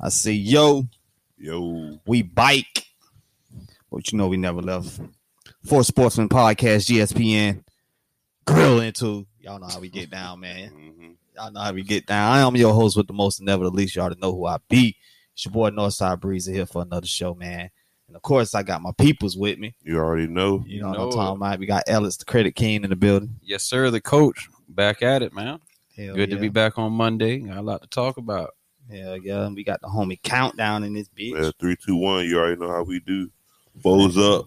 I say, yo, Yo, we bike. But you know we never left. For Sportsman Podcast, GSPN. Grill into. Y'all know how we get down, man. Mhm. Y'all know how we get down. I am your host with the most and never the least. Y'all to know who I be. It's your boy Northside Breezer here for another show, man. And of course, I got my peoples with me. you already know. You know what know I'm it. talking about. We got Ellis, the credit king in the building. Yes, sir. The coach back at it, man. Hell Good to yeah. be back on Monday. Got a lot to talk about. Hell yeah. And we got the homie countdown in this bitch. Yeah, three, two, one. You already know how we do. Foes up.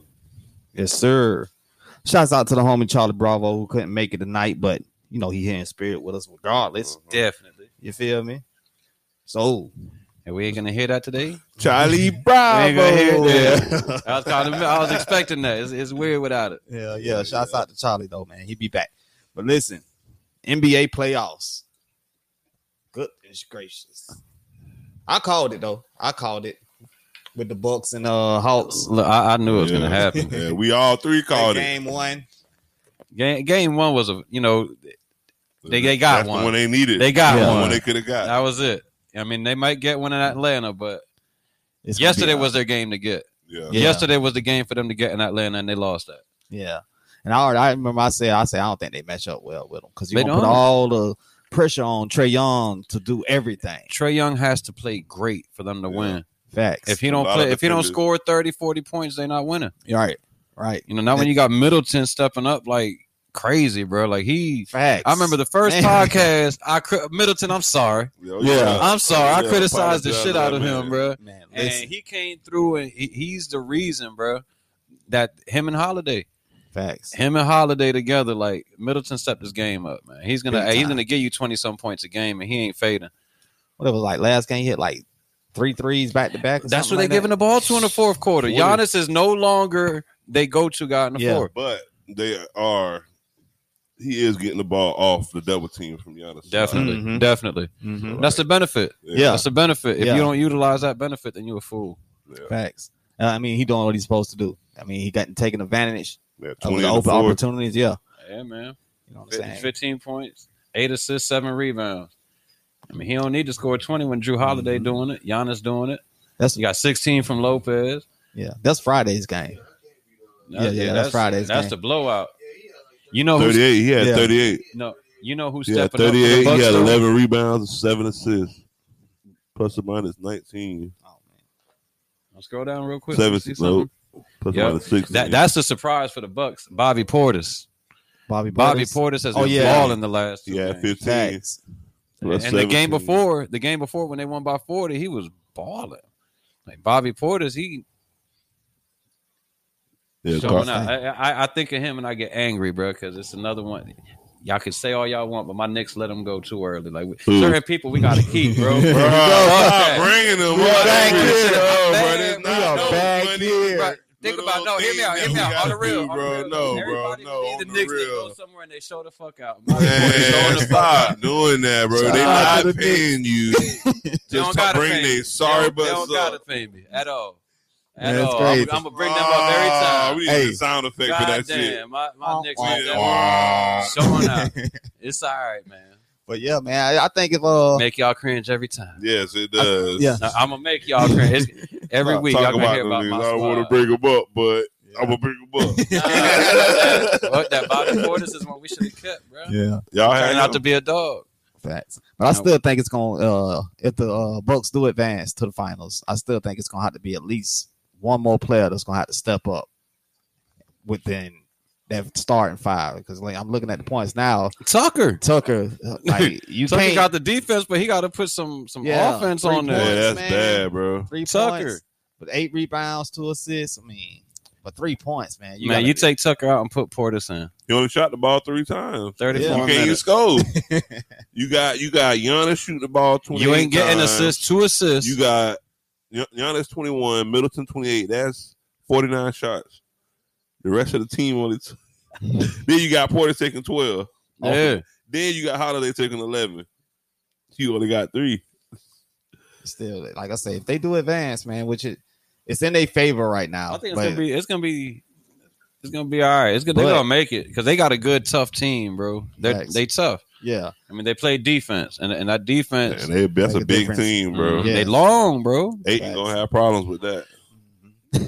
Yes, sir. Shouts out to the homie Charlie Bravo who couldn't make it tonight, but you know he here in spirit with us regardless. Mhm. Definitely. You feel me? So And we ain't gonna hear that today. Charlie ain't gonna hear Bravo. it. I was kind of, I was expecting that. It's, it's weird without it. yeah, yeah. Shouts out to Charlie though, man. He be back. But listen, NBA playoffs. Goodness gracious. I called it though. I called it with the Bucks and uh Hawks. Look, I, I knew it was Yeah. gonna happen. Yeah, we all three called game one. Game, game one was a you know it. They- they got That's one. The one they needed. they got Yeah. That's the one. one they could have got. That was it. I mean, they might get one in Atlanta, but It's gonna be yesterday a- was their game to get. yeah. Yeah. Yesterday was the game for them to get in Atlanta, and they lost that. Yeah, and I already, I remember I said I said I don't think they match up well with them because you They don't put don't. all the pressure on Trey Young to do everything. Trey Young has to play great for them to Yeah. win. Facts. If he A don't lot of play, if he don't defenders. score 30, 40 points, they're not winning. right, right. You know, not when you got Middleton stepping up like crazy, bro. Like he, Facts. I remember the first Man. podcast. I cri- Middleton, I'm sorry, Yeah. Yeah. I'm sorry. I Oh, Yeah, criticized the apologize shit to out that of man. him, bro. man. And Listen, he came through, and he, he's the reason, bro. That him and Holiday, facts. him and Holiday together, like Middleton stepped his game up, man. He's gonna, Big he's time. gonna give you twenty some points a game, and he ain't fading. What it was like last game, he hit like three threes back to back. or That's what something they're like giving the ball to in the fourth quarter. Forty. Giannis is no longer they go to guy in the Yeah. fourth. But they are. He is getting the ball off the double team from Giannis. Definitely, Mhm. Mm-hmm. definitely. that. Mhm. That's the benefit. Yeah. That's the benefit. If Yeah. you don't utilize that benefit, then you're a fool. Yeah. Facts. Uh, I mean, he doing what he's supposed to do. I mean, he got taken advantage Yeah, of 20 the and open four. opportunities. Yeah, Yeah, man. you know what I'm saying. 15 points, eight assists, seven rebounds. I mean, he don't need to score 20 when Drew Holiday Mhm. doing it, Giannis doing it. That's You got 16 from Lopez. yeah. That's Friday's game. Yeah, yeah, that's Friday's That's game. the blowout. You know who's 38. He had Yeah. 38. no, you know who's Yeah, stepping up. For the 38. Bucks, He had though? 11 rebounds and 7 assists. Plus or minus 19. Oh, man. I'll scroll down real quick. Seven. see something. No, plus Yeah. or minus 16. That, that's the surprise for the Bucks. Bobby Portis. Bobby Bobby Portis. Portis has Oh, been yeah. balling the last two he had games. 15. Facts. plus and the 17. game before, the game before when they won by forty, he was balling. Like Bobby Portis, he Yeah, showing Car- out. I, I, I think of him and I get angry, bro, because it's another one. Y'all can say all y'all want, but my Knicks let him go too early. Like Who? certain people, we gotta keep, bro. Bro, Fuck stop that. bringing them. We up. are back Bro, here. bro, Man, it's we not are no back funny. here. Right. Think Little about no. Hear me out. Hear things me that out. On we the real, gotta on do, bro. the real. No, bro, Everybody no, believe on the the Knicks. They real. go somewhere and they show the fuck out. Bobby Portis showing Man, the fuck out. stop doing that, bro. Shout They out not to the paying you. They don't Just to gotta bring pay me. they sorry they don't, they but don't gotta pay me at all. At That's all. crazy. I'm, gonna bring them up every time. Ah, We need Hey. a sound effect for God that shit. damn, my, my Wah, Knicks wah, let that wah. showing out. It's all right, man. But yeah, man, I, I think if uh, Make y'all cringe every time. Yes, it does. yeah, Now, I'm gonna make y'all cringe It's- every Talk week. Talk Y'all gonna about hear them about niggas. my I don't want to squad. bring them up, but I'm gonna bring them up. Nah, that, that, that Bobby Portis is one we should have kept, bro. yeah, Y'all had Turned out to him. be a dog. facts. But I still think it's gonna uh, if the uh, Bucks do advance to the finals, I still think it's gonna have to be at least one more player that's gonna have to step up within that starting five. Because like I'm looking at the points now, Tucker. Tucker, uh, like you Tucker can't got the defense, but he got to put some some Yeah, offense three on yeah, there. points. man. that's bad, bro. three Tucker. points, but eight rebounds, two assists. I mean, but three points, man. man, gotta- you take Tucker out and put Portis in. He only shot the ball three times. 34 Yeah. You can't even minutes. score. you got you got Giannis shooting the ball twenty. You ain't getting times. assists, two assists. You got Gian- Giannis twenty one, Middleton twenty eight. That's forty nine shots. The rest of the team only. T- then you got Porter taking twelve. yeah. Then you got Holiday taking eleven. You only got three. still like I say, if they do advance, man, which it it's in their favor right now. I think it's but- gonna be it's gonna be it's gonna be all right. It's gonna, they're But- gonna make it because they got a good tough team, bro. They Facts. they tough. Yeah, I mean, they play defense, and and that defense Man, they, that's Make a Mm-hmm. a big difference. team, bro. mm, Yeah. they long, bro. Aiton gonna have problems with that. Pause,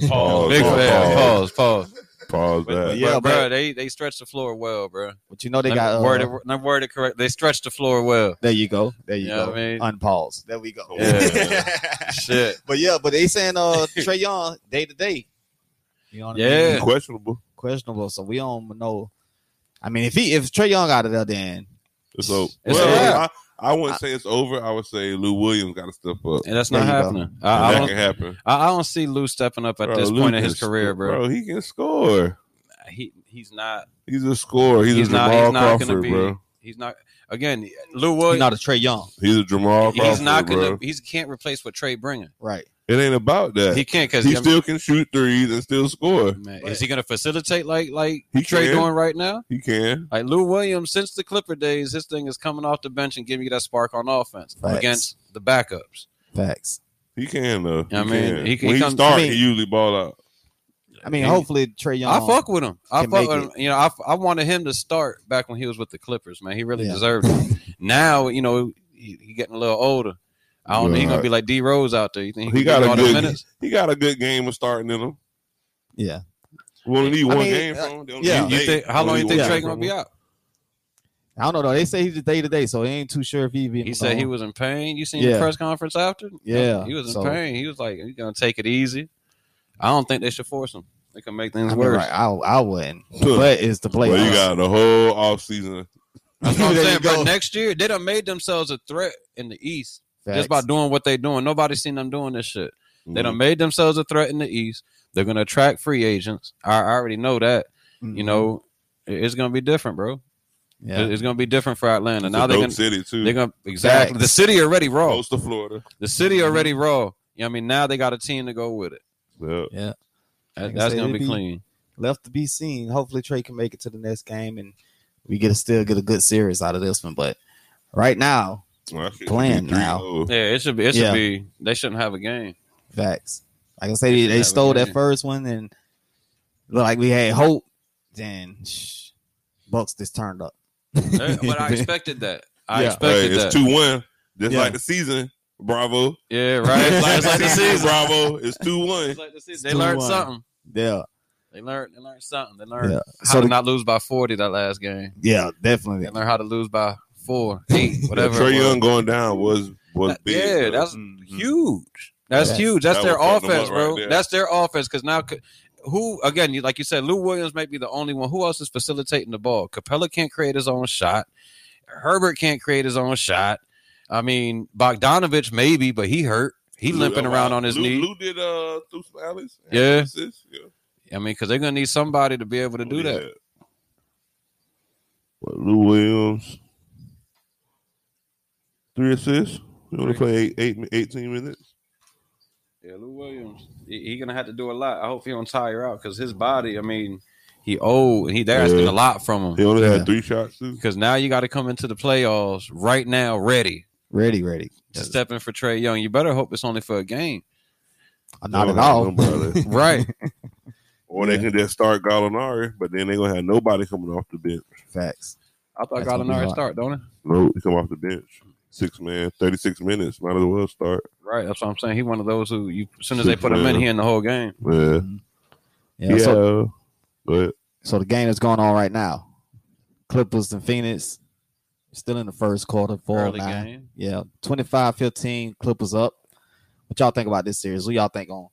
Big pause, fan. pause. Pause. Pause. Pause But, but, that. Yeah, bro, but- they they stretch the floor well, bro. but you know they Let me got. Uh, word it. Let me word it correct. They stretch the floor well. there you go. There you You know go. what I mean? Oh, Unpause. There we go. Yeah. Shit. but yeah, but they saying uh Trey Young day to day. You know what I mean? Yeah. Questionable. Questionable. So we don't know. I mean, if he if Trey Young out of there, then It's over. It's well, I, I wouldn't say it's over. I would say Lou Williams got to step up. And that's There not you go. happening. I, I that don't. can happen. I, I don't see Lou stepping up at Bro, this Lou point in can his career, sc- bro. He can score. He he's not. He's a scorer. He's, He's a not- Jamal he's not gonna Crawford, be- bro. He's not. Again, Lou he's Williams. not a Trey Young, He's a Jamal Crawford, He's not bro. gonna. He's can't replace what Trey bringing. right? It ain't about that. He He, can't because he's still can shoot threes and still score. Man, is he going to facilitate like like He Trey can. doing right now? He can. Like Lou Williams, since the Clipper days, his thing is coming off the bench and giving you that spark on offense Facts. against the backups. Facts. He can though. I He mean, can. he- he when he, comes- start, I mean- he usually ball out. I mean, He- hopefully Trey Young. I fuck with him. I can fuck make with him. You know, I, f- I wanted him to start back when he was with the Clippers. Man, he really Yeah. deserved it. Now you know he, he getting a little older. I don't know. He's gonna be like D Rose out there. You think He he, got got a all the good- minutes? He got a good game of starting in him. Yeah, We only need I one mean, game uh, from him. They only yeah. need You eight. think, how They long only you need think one Trey game gonna from be him. out? I don't know though. They say he's day to day, so he ain't too sure if he. even He said he gonna- was in pain. You seen Yeah. the press conference after? Yeah, He was in so- pain. He was like, "You're gonna take it easy." I don't think they should force him. They can make things I mean, worse. right, I, I wouldn't. Huh. But it's the playoffs. Well, you got the whole offseason. That's what I'm There you saying, go. bro. Next year, they done made themselves a threat in the East Facts. Mm-hmm. just by doing what they doing. Nobody's seen them doing this shit. They done made themselves a threat in the East. They're gonna attract free agents. I, I already know that. You Mhm. know, it- it's gonna be different, bro. Yeah. It- It's gonna be different for Atlanta. It's now a they're dope gonna city too. they're gonna exactly the city already raw. Close to Florida. The city already raw. You know what I mean, now they got a team to go with it. Yeah. yeah. That- Like I that's said, gonna it'd be be- clean. Left to be seen. Hopefully Trey can make it to the next game, and we get to still get a good series out of this one. But right now, Well, that shit Plan should be three now. oh. Yeah, it should be. It should Yeah. be. They shouldn't have a game. facts. Like I say, they, they Yeah, stole that yeah. first one, and look like we had hope. Then shh, Bucks just turned up. Eh, but I expected that. I Yeah. Hey, expected it's that. two one. Just Yeah. like the season. Bravo. yeah, right. It's like, it's like the season. Bravo. It's two one. It's like the season. It's They learned 2-1. something. Yeah, They learned. They learned something. They learned Yeah. how So to the- not lose by forty that last game. yeah, definitely. They learned how to lose by four, eight, whatever. Trey it was. Young going down was was That- big. yeah, though. that's Mhm. huge. That's Yeah. huge. That's Mm-hmm. That their would fuck them offense, up bro. right there. That's their offense. Because now, c- who again? You like you said, Lou Williams might be the only one. Who else is facilitating the ball? Capella can't create his own shot. Herbert can't create his own shot. I mean, Bogdanovich maybe, but he hurt. He Lou- limping uh, around on his Lou, knee. Lou did uh through some alleys. Yeah. Assists, yeah. I mean, because they're gonna need somebody to be able to do Oh, Yeah. that. Well, Lou Williams, three assists. We only play eight, eight, 18 minutes. Yeah, Lou Williams, he's he gonna have to do a lot. I hope he don't tire out because his body. I mean, he old. and He they're asking Yeah. a lot from him. He only Yeah. had three shots too. because now you got to come into the playoffs right now, ready Ready, ready. to step in for Trey Young. You better hope it's only for a game, Uh, Not They at don't have all. nobody. right? or they can just start Gallinari, but then they gonna have nobody coming off the bench. Facts. I thought That's gonna be Gallinari hard. start, don't it? No, he come off the bench. Six man, thirty six minutes. Might as well start. Right, that's what I'm saying. He one of those who you as soon as they Six put him in, man. he in the whole game. Yeah, Mm-hmm. Yeah. yeah. So but So the game that's going on right now, Clippers and Phoenix, still in the first quarter, four Early nine. game. Yeah, 25-15, Clippers up. What y'all think about this series? Who y'all think gonna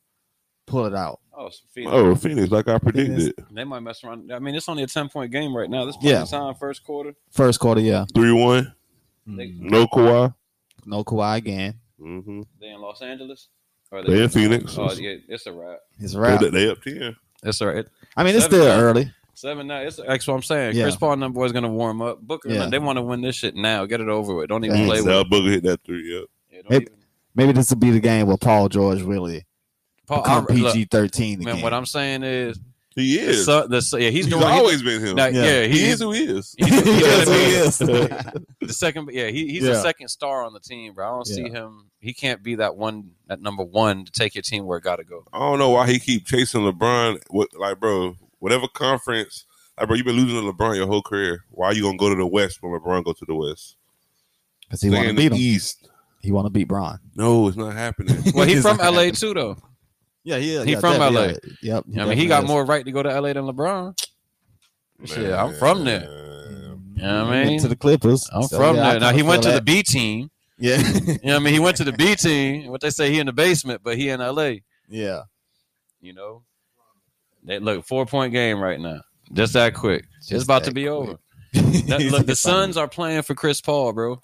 pull it out? Oh, it's Phoenix. oh, Phoenix, like I predicted, They might mess around. I mean, it's only a ten point game right now. This point Yeah. in time, first quarter. First quarter, yeah. three one. They- No Kawhi. No Kawhi again. Mm-hmm. They in Los Angeles. Or They in Phoenix. Oh yeah, it's a wrap. It's a wrap. They, they up ten. Mm-hmm. It's all right. I mean, it's seven, still nine. early. Seven now. It's that's what I'm saying. Yeah. Chris Paul and them boys gonna warm up. Booker, Yeah. they want to win this shit now. Get it over with. Don't even Thanks. play with. Sal it. Booger hit that three. Yep. Yeah, don't Maybe- even- Maybe this will be the game where Paul George really Paul, I- become look, PG thirteen again. Man, what I'm saying is, He the is. son- the son- yeah, he's, he's doing. he- always been him. now, Yeah. yeah. he, he, is who he is. he's, he's Yes, gonna be he is. the second. Yeah, he, he's Yeah. the second star on the team, bro. I don't see him. He can't be that one, that number one to take your team where it got to go. I don't know why he keep chasing LeBron. What like, bro? Whatever conference Like, bro, you've been losing to LeBron your whole career. Why are you gonna go to the West when LeBron go to the West? because he Nigga want to in the beat him. East. He want to beat Bron. No, it's not happening. Well, he It's from not LA too, though. Yeah, yeah, He from def- LA. yeah. Yep. I mean, he got definitely more right to go to LA than LeBron. Shit, I'm from there. Man. is. You know what I Went mean? to the Clippers. I'm so, from yeah, I there. Now kinda he went to feel the B that. team. Yeah, You know what I mean? He went to the B team. What they say he in the basement, but he in LA. yeah. You know, they look four point game right now. Just that quick. it's Just about to that be quick. over. That- look, the Suns are playing for Chris Paul, bro.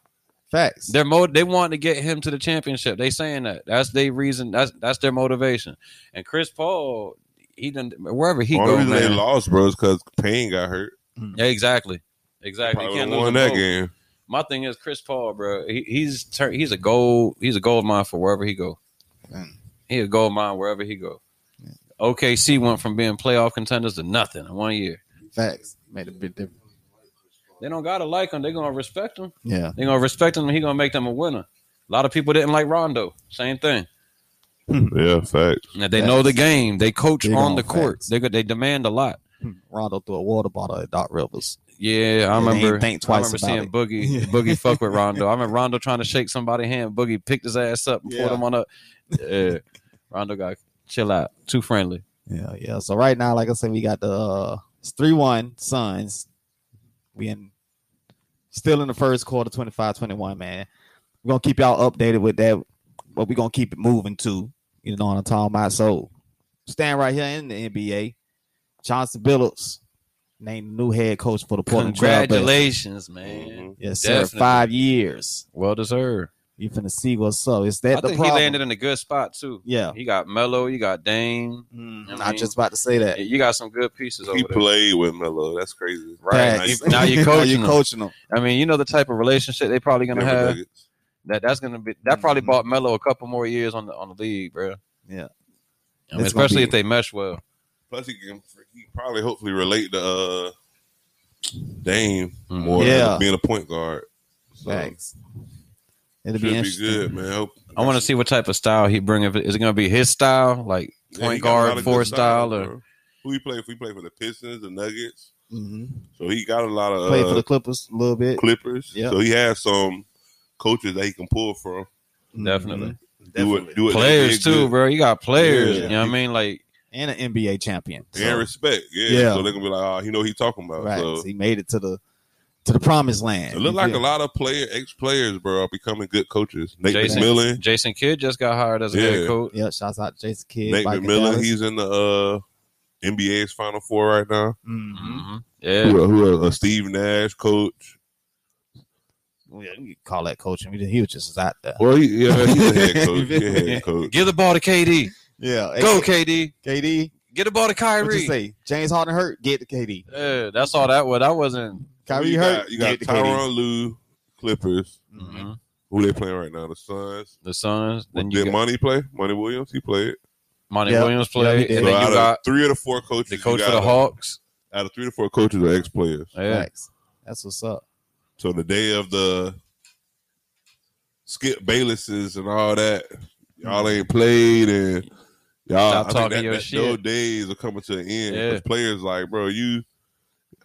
facts. They're mo- they want to get him to the championship. They saying that. That's their reason. That's that's their motivation. And Chris Paul, he done wherever he Only goes. reason they Man. lost, bro, is because Payne got hurt. Yeah, exactly. They Exactly. You probably can't would've won lose them that both. game. My thing is Chris Paul, bro. He, he's tur- he's a gold he's a gold mine for wherever he go. Mm. He a gold mine wherever he go. OKC went from being playoff contenders to nothing in one year. Facts made a big difference. They don't gotta like him. They gonna respect him. Yeah, They gonna respect him. and He gonna make them a winner. A lot of people didn't like Rondo. Same thing. Hmm. Yeah, fact. Now, they know the Facts. game. They coach Big on on the court. facts. They go- they demand a lot. Hmm. Rondo threw a water bottle at Doc Rivers. Yeah, I They ain't remember. think I twice remember about seeing it. Boogie Yeah. Boogie fuck with Rondo. I remember Rondo trying to shake somebody's hand. Boogie picked his ass up and pulled Yeah. him on up. Yeah. Rondo got chill out. Too friendly. Yeah, yeah. So right now, like I said, we got the uh, it's three one Suns. We in still in the first quarter, 25-21, Man, we're gonna keep y'all updated with that, but we're gonna keep it moving too. You know what I'm talking about? So stand right here in the NBA. Johnson Billups named the new head coach for the Portland Trail Blazers. Congratulations, man. Mhm. Yes, sir. Definitely. Five years. Well deserved. You finna see what's up. Is that I the think problem? he landed in a good spot too. yeah. He got Melo. You got Dame. Mm, I I mean- just about to say that. You got some good pieces over He there. played with Melo. That's crazy. Right. Facts. Now you coaching him. coaching him. I mean, you know the type of relationship they probably gonna Denver have. Nuggets. That that's gonna be that probably Mhm. bought Melo a couple more years on the on the league, bro. Yeah. I mean, It's gonna especially be- if they mesh well. Plus, he can he probably hopefully relate to uh, Dame Mm-hmm. more Hmm. Yeah. than being a point guard. So, Facts. It'll should be be, interesting. good, man. Hope- I want to see what type of style he bring. If it, is it going to be his style, like Yeah, he point got a lot guard, of four good style, or bro. who he play? If he play for the Pistons, the Nuggets, hmm so he got a lot of Play uh, for the Clippers a little bit. Clippers. Yeah. So he has some coaches that he can pull from. Mhm. definitely Do it, do it. players too, bro. You got players. Yeah. You know what I mean? Like And an NBA champion. So, And respect, yeah. Yeah. So they can be like, oh, he know what he talking about. right. So So he made it to the to the promised land. it look like Yeah. a lot of player ex players, bro, are becoming good coaches. Nate Jason McMillan, Jason Kidd just got hired as a head Yeah. coach. Yeah, shouts out to Jason Kidd. Nate Viking McMillan, Dallas. he's in the uh, NBA's Final Four right now. Mhm. Who, Mhm. Yeah, else- who else? Uh, Steve Nash, coach. Mm-hmm. Well, yeah, you can call that coaching. He was just out there. Well, he, yeah, he's a head coach. He's a head coach. give the ball to KD. Yeah. Go KD. KD. Get the ball to What you Kyrie. say? James Harden hurt? Get the KD. Yeah, that's all that was. That wasn't. Kyrie you hurt? got, you got get the KD. Tyronn Lue, Clippers. Mhm. Mhm. Who they playing right now? The Suns. The Suns. Then you Did got Monty play? Monty Williams, he played. Monty Yeah. Williams Yeah, he play, did. So and then out you of got three of the four coaches, the you coach for got the a- Hawks. Out of three to four coaches are ex players. Yeah. Facts. That's what's up. So the day of the Skip Baylesses and all that, y'all ain't played and y'all Stop I think talking that, your that- shit. Those days are coming to an end. Yeah. 'Cause Players like, bro, you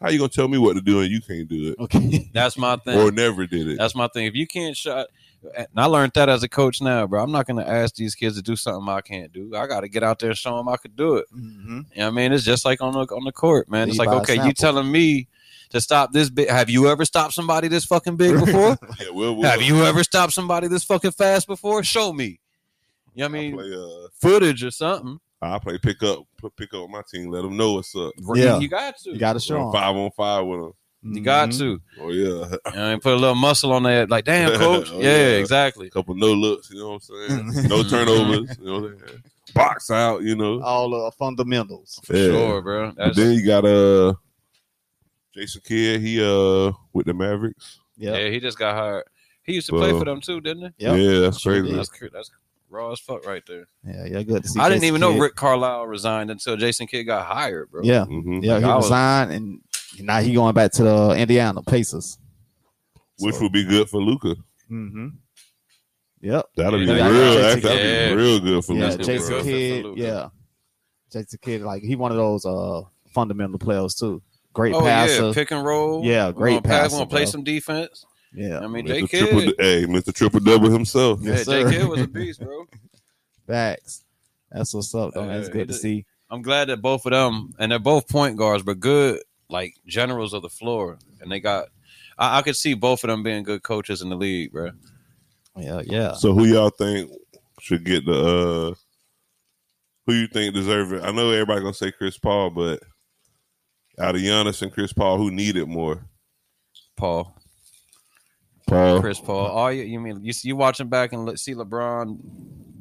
how you gonna tell me what to do and you can't do it Okay. That's my thing. or never did it? That's my thing. If you can't shot, and I learned that as a coach now, bro. I'm not gonna ask these kids to do something I can't do. I got to get out there and show them I could do it. hmm You know what I mean, it's just like on the on the court, man. It's Lead like by okay, you example. telling me to stop this big. Have you ever stopped somebody this fucking big before? Yeah, we'll, we'll Have you ever stopped somebody this fucking fast before? Show me. You know I what I mean, play, uh, footage or something. I play pick up, put- pick up with my team. Let them know what's up. Yeah. You, you got to. You got to show We're him. Five on five with them. You got Mhm. to. Oh yeah, You know, and put a little muscle on that. Like, damn, coach. Oh, yeah, yeah. exactly. a couple no looks. You know what I'm saying? No turnovers. you know what I'm saying? Box out. You know. All the fundamentals. For Yeah. sure, bro. But That's, then you got uh Jason Kidd, he uh with the Mavericks. Yeah. Yeah, he just got hired. He used to play Well, for them too, didn't he? Yep. Yeah, that's Sure crazy. did. That's cr- that's raw as fuck right there. Yeah, yeah, good to see. I didn't Jason even know Kidd. Rick Carlisle resigned until Jason Kidd got hired, bro. Yeah, Mhm. yeah, Like, he I was- resigned, and now he going back to the Indiana Pacers. Which would be good for Luca. Mm-hmm. Yep. That'll be Yeah, yeah, real. Jason That, that'll Kidd. be real good for Yeah, That's Luca. Jason good for Kidd. Luka. Yeah, Jason Kidd. Like he one of those uh fundamental players too. great Oh yeah, passer. pick and roll. Yeah, We're gonna great pass. passer. We're gonna play bro. some defense. Yeah, I mean, J Mr. Kidd. Triple, hey, Mr. Triple Double himself. Yes, yeah, sir. J Kidd was a beast, bro. facts. That's what's up, though. man. It's Uh, good to it- see. I'm glad that both of them and they're both point guards, but good like generals of the floor, and they got. I, I could see both of them being good coaches in the league, bro. Yeah, yeah. So who y'all think should get the? uh Who you think deserve it? I know everybody gonna say Chris Paul, but out of Giannis and Chris Paul, who need it more? Paul, Oh. Paul. Chris Paul. All you, you mean you you watching back and let, see LeBron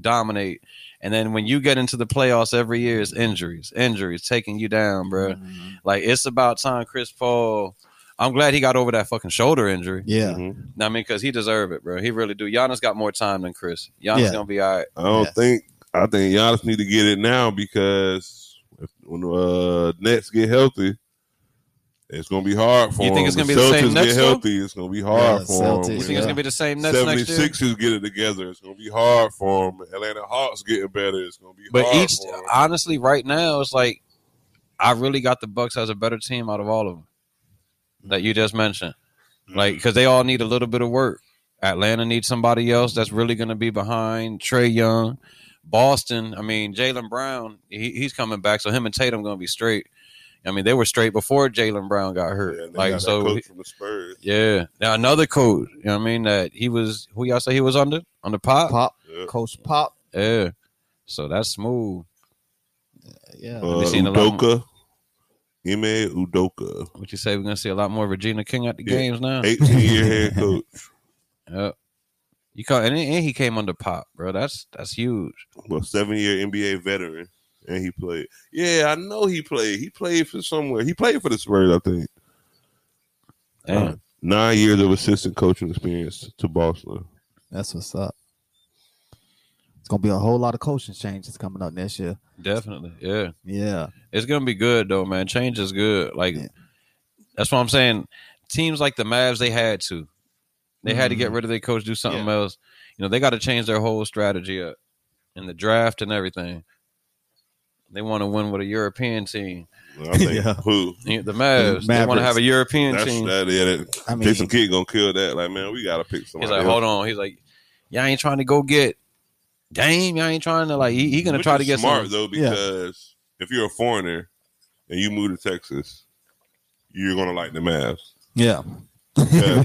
dominate, and then when you get into the playoffs every year, it's injuries, injuries taking you down, bro. Mhm. Like it's about time Chris Paul. I'm glad he got over that fucking shoulder injury. Yeah, Mhm. I mean, because he deserved it, bro. He really do. Giannis got more time than Chris. Giannis Yeah. gonna be all right. I don't Yeah. think. I think Giannis need to get it now because if, when uh, Nets get healthy, it's gonna be hard for You think him. it's gonna If be the same Celtics Nets, get though? healthy, it's gonna be hard Yeah, for Celtics, him. You think Yeah. it's gonna be the same Nets next year? 76ers get it together. It's gonna be hard for them. Atlanta Hawks getting better. It's gonna be But hard each, for 'em. honestly, right now, it's like I really got the Bucks as a better team out of all of them that you just mentioned. Like, because they all need a little bit of work. Atlanta needs somebody else that's really going to be behind Trey Young. Boston, I mean, Jalen Brown, he, he's coming back, so him and Tatum going to be straight. I mean, they were straight before Jalen Brown got hurt. Yeah, and they got like, that so coach from the Spurs. yeah. Now another coach, you know what I mean? That he was who y'all say he was under on the pop. Pop, Yeah. Coach Pop. Yeah. So that's smooth. Yeah, Uh, me see the line. Udoka, Ime Udoka, What you say? We're gonna see a lot more Regina King at the Yeah. games now. eighteen year head coach. Yep. You call and, and he came under pop, bro. That's that's huge. well, seven year NBA veteran, and he played. Yeah, I know he played. He played for somewhere. He played for the Spurs, I think. Damn. Uh, nine years of assistant coaching experience to Boston. that's what's up. It's gonna be a whole lot of coaching changes coming up next year. Definitely. Yeah. Yeah, It's gonna be good though, man. Change is good. Like Yeah. that's what I'm saying. Teams like the Mavs, they had to. They had to get rid of their coach, do something Mm-hmm. Yeah. else. You know, they got to change their whole strategy up in the draft and everything. They want to win with a European team. I think Yeah. who Yeah, The Mavs, they want Mavericks. to have a European that's team. that. Yeah, that I mean- Jason Kidd gonna kill that. Like, man, we gotta pick He's somebody. like, hold on. He's like, y'all ain't trying to go get Dame. Y'all ain't trying to like. He, he gonna try to get smart some. though Yeah. because if you're a foreigner and you move to Texas, you're gonna like the Mavs. yeah, 'Cause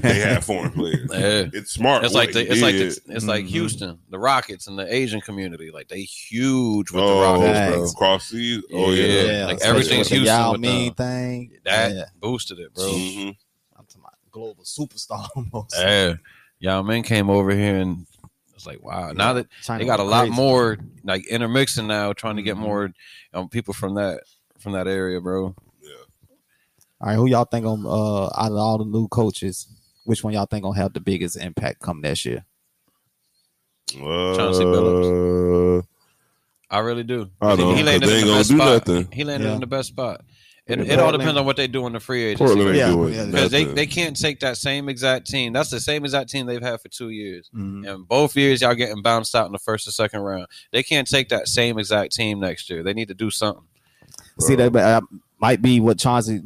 they have foreign players. Yeah. It's smart. It's like what the, he it's like did. the, it's like Mhm. Houston, the Rockets, and the Asian community. Like they huge with the oh, Rockets, Rockets, bro. bro. cross seas. Oh yeah. Yeah. like everything's especially with the Houston Yao with Ming the- thing. That yeah. boosted it, bro. Mhm. I'm talking about global superstar almost. Yeah, Yao Ming came over here and it's like, wow. Now that China they got a went lot crazy. more like intermixing now, trying to get Mhm. more um, people from that from that area, bro. All right, who y'all think on uh out of all the new coaches, which one y'all think gonna have the biggest impact come next year? Chauncey Billups. I really do. Uh, I don't. He He landed they ain't in the gonna best do spot. nothing. He landed Yeah. in the best spot. It, Yeah, it all Portland- depends on what they do in the free agency. Portland ain't Yeah, doing yeah, nothing. because they, they can't take that same exact team. That's the same exact team they've had for two years. Mhm. And both years, y'all getting bounced out in the first and second round. They can't take that same exact team next year. They need to do something. See, that uh, might be what Chauncey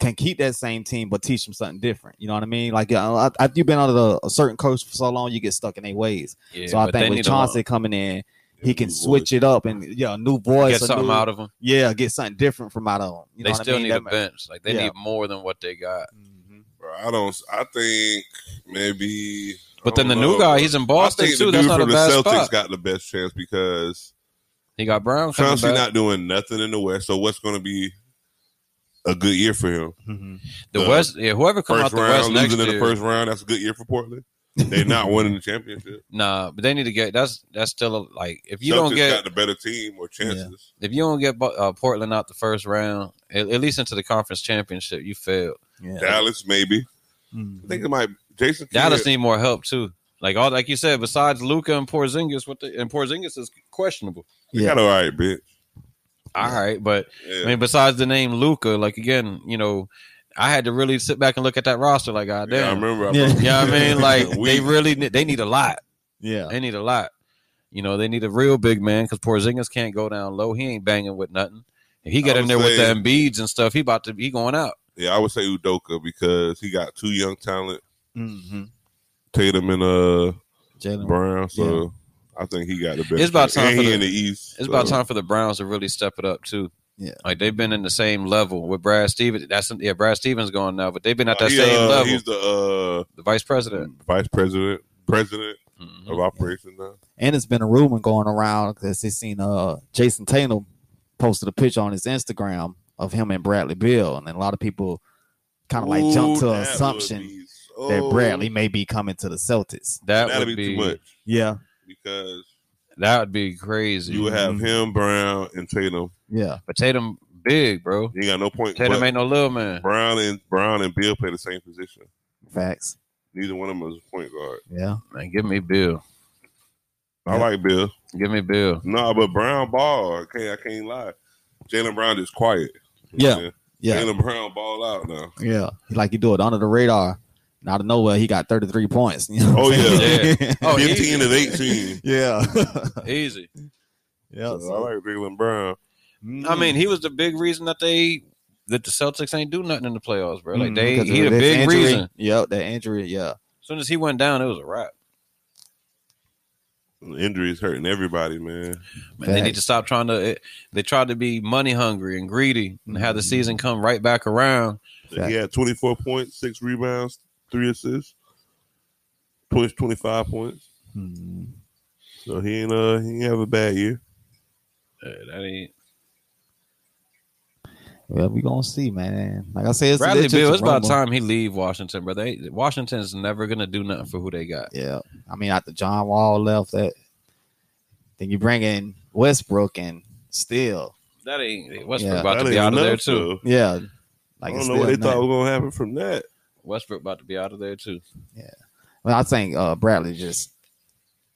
can keep that same team, but teach them something different. You know what I mean? Like, yeah, I- I- you've been under the, a certain coach for so long, you get stuck in their ways. Yeah, so I but they think need with to Chauncey coming in, he can New switch it up and yeah, a new voice, get a something new- out of them. yeah, get something different from out of them. You know they what I still mean? need That a might- bench. Like they Yeah. need more than what they got. Mhm. Bro, I don't. I think maybe. But I then the don't new know, guy, bro. he's in I Boston think too. the That's dude not a from the bad Celtics spot. got the best chance because he got Brown coming Chauncey back. not doing nothing in the West. So what's going to be a good year for him? Mm-hmm. the the West, yeah, whoever comes out First the West round, next losing in year, the first round. That's a good year for Portland. They're not winning the championship. nah. But they need to get that's that's still a, like if you Celtics don't get got the better team or chances. if you don't get Bo- uh, Portland out the first round, at, at least into the conference championship, you failed. Yeah. Dallas maybe. Mhm. I think it might. Jason Kidd- Dallas need more help too. Like all, like you said, besides Luca and Porzingis, what the, and Porzingis is questionable. They got all right, bitch. All right, but Yeah. I mean, besides the name Luca, like again, you know, I had to really sit back and look at that roster. Like, goddamn, Yeah, I remember. I Yeah. remember. you know what I mean? Like We- they really ne- they need a lot. Yeah. They need a lot. You know, they need a real big man because Porzingis can't go down low. He ain't banging with nothing. If he get I in would there with the say- Embiids and stuff, he about to he going out. Yeah, I would say Udoka because he got two young talent, Mm-hmm. Tatum and uh Jalen. Brown. So I think he got the best. It's about chance. time And for he the- in the East. It's so- about time for the Browns to really step it up too. Yeah. like they've been in the same level with Brad Stevens. That's yeah, Brad Stevens gone now, but they've been at that He, same uh, level. He's the The vice uh, president. vice president, president Mhm. of operations now. And it's been a rumor going around because they seen uh Jason Tatum posted a picture on his Instagram of him and Bradley Bill, and a lot of people kind of like jumped to Ooh, the that would assumption be Oh. so- that Bradley may be coming to the Celtics. That That'd would be, be, too much Yeah, because that would be crazy. you would have Mm. him, Brown, and Tatum. yeah, but Tatum big, bro. You ain't got no point. Tatum but ain't no little man. Brown and Brown and Bill play the same position. facts. Neither one of them is a point guard. Yeah, Man, give me Bill. I Yeah. like Bill. Give me Bill. No, but Brown ball. Okay, I can't lie. Jalen Brown is quiet. Yeah. yeah, Jalen Brown ball out now. yeah. Like you do it under the radar, and out of nowhere he got thirty three points. You know Oh, what I'm saying? Oh, Fifteen easy. and eighteen. yeah, Easy. yeah. So I like Jalen Brown. I mean, he was the big reason that they that the Celtics ain't do nothing in the playoffs, bro. Like Mhm, they because he of the this big injury. reason. As Yep, that injury. Yeah, soon as he went down, it was a wrap. Injuries hurting everybody, man. Man, they need Facts. to stop trying to. It, they tried to be money hungry and greedy and have the Mhm. season come right back around. He had 24 points, six rebounds, three assists, twenty twenty five points. Mhm. So he ain't uh he ain't have a bad year. Uh, that ain't Well, we gonna see, man. Like I said, it's Bradley it's just Bill. a It's about rumor. time he leave Washington, bro. They Washington's never gonna do nothing for who they got. Yeah, I mean, after John Wall left, that then you bring in Westbrook and still, That ain't Westbrook Yeah. about That to be ain't out of there enough, too. though. yeah, like I it's don't know what still they nothing. thought was gonna happen from that. Westbrook about to be out of there too. Well, I think uh, Bradley just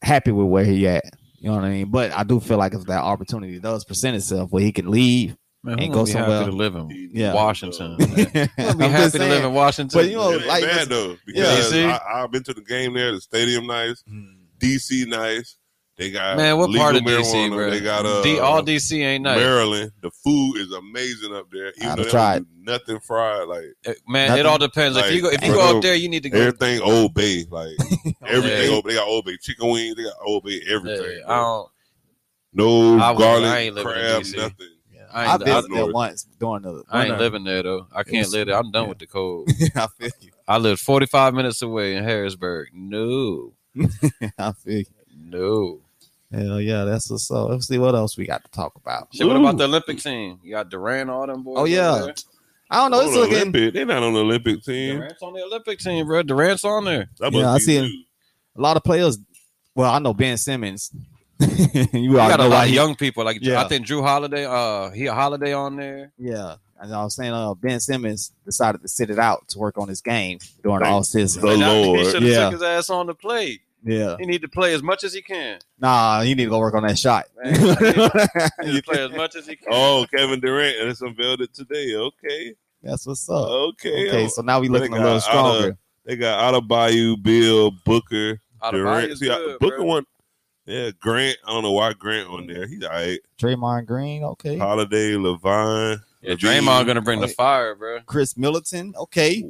happy with where he at. You know what I mean? But I do feel like if that opportunity does present itself, where he can leave, Man, who Ain't gonna go be somewhere. happy to live in Yeah. Washington? I'm man? Who gonna be happy just to live in saying. Washington? But you know, it ain't like- bad though Yeah, because see? I, I've been to the game there. The stadium nice, Hmm. DC nice. They got man, what legal part of marijuana. DC, bro? They got uh, D- all DC ain't nothing. Maryland. The food is amazing up there. Even I'da though they tried. don't do nothing fried, like Uh, Man, Nothing. it all depends. if Like, you go, if you I go know up there, you need to go. everything Old Bay, like everything. Yeah. Old, they got Old Bay chicken wings. They got Old Bay everything. Yeah, I don't. no I was- garlic, I ain't living in crab, DC. nothing. Yeah. I I, ain't- visited I- there once during the. I ain't winter. living there though. I can't It's- live there. I'm done yeah. with the cold. I feel you. I live 45 minutes away in Harrisburg. No, I feel you. no. Hell yeah, that's what's up. Let's see what else we got to talk about. Shit, what about Ooh. the Olympic team? You got Durant, all them boys. Oh, over yeah. there? I don't know. On It's the looking. Olympic. They're not on the Olympic team. Durant's on the Olympic team, bro. Durant's on there. That Yeah, must I be see it. new. a lot of players. Well, I know Ben Simmons. you already You got a know lot why of he- young people. Like Yeah. I think Drew Holiday. Uh, he a Holiday on there. Yeah, and I was saying, uh, Ben Simmons decided to sit it out to work on his game during the all The season. Like, that- Lord. He should have Yeah. took his ass on the plate. Yeah, He need to play as much as he can. nah, he need to go work on that shot. Man, he He need to play as much as he can. Oh, Kevin Durant, and it's unveiled it today. Okay, That's what's up. Oh, okay, Okay, so now we looking a got little out stronger. They got Adebayo, Bill, Booker, Adebayo Durant. is See, I- good, Booker bro. one. Yeah, Grant. I don't know why Grant on there. He's all right. Draymond Green, okay. Holiday, Levine, Yeah, Levine, Draymond gonna bring the fire, bro. Chris Middleton, okay.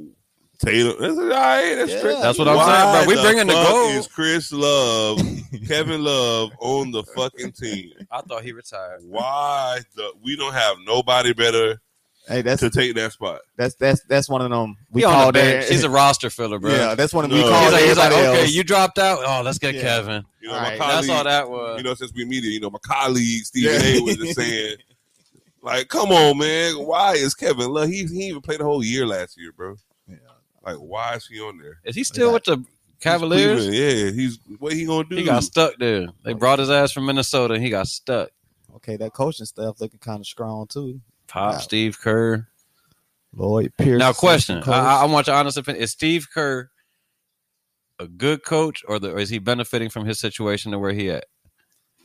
Tatum. That's all right. That's, Yeah. straight. That's what I'm Why saying, bro. We the bringing the fuck gold. Is Chris Love, Kevin Love on the fucking team? I thought he retired. Why the we don't have nobody better Hey, that's to take that spot? that's that's that's one of them we He on call the bench. that. He's a roster filler, bro. yeah, that's one of them No. we He's call like, he's like, everybody okay, else. you dropped out. Oh, let's get Yeah. Kevin. You know, All my right. colleague, That's all that was. you know, since we media, you know, my colleague Stephen Yeah. A was just saying, like, come on, man, why is Kevin Love? He he even played the whole year last year, bro. Yeah. Like, why is he on there? Is he still with the Cavaliers? Cleveland, yeah, he's what he gonna do? He got stuck there. They brought his ass from Minnesota. and He got stuck. okay, that coaching staff looking kind of strong too. Pop Wow. Steve Kerr. Lloyd Pierce. Now, question. assistant I, coach. I- I want your honest opinion. Is Steve Kerr a good coach, or, the, or is he benefiting from his situation to where he at?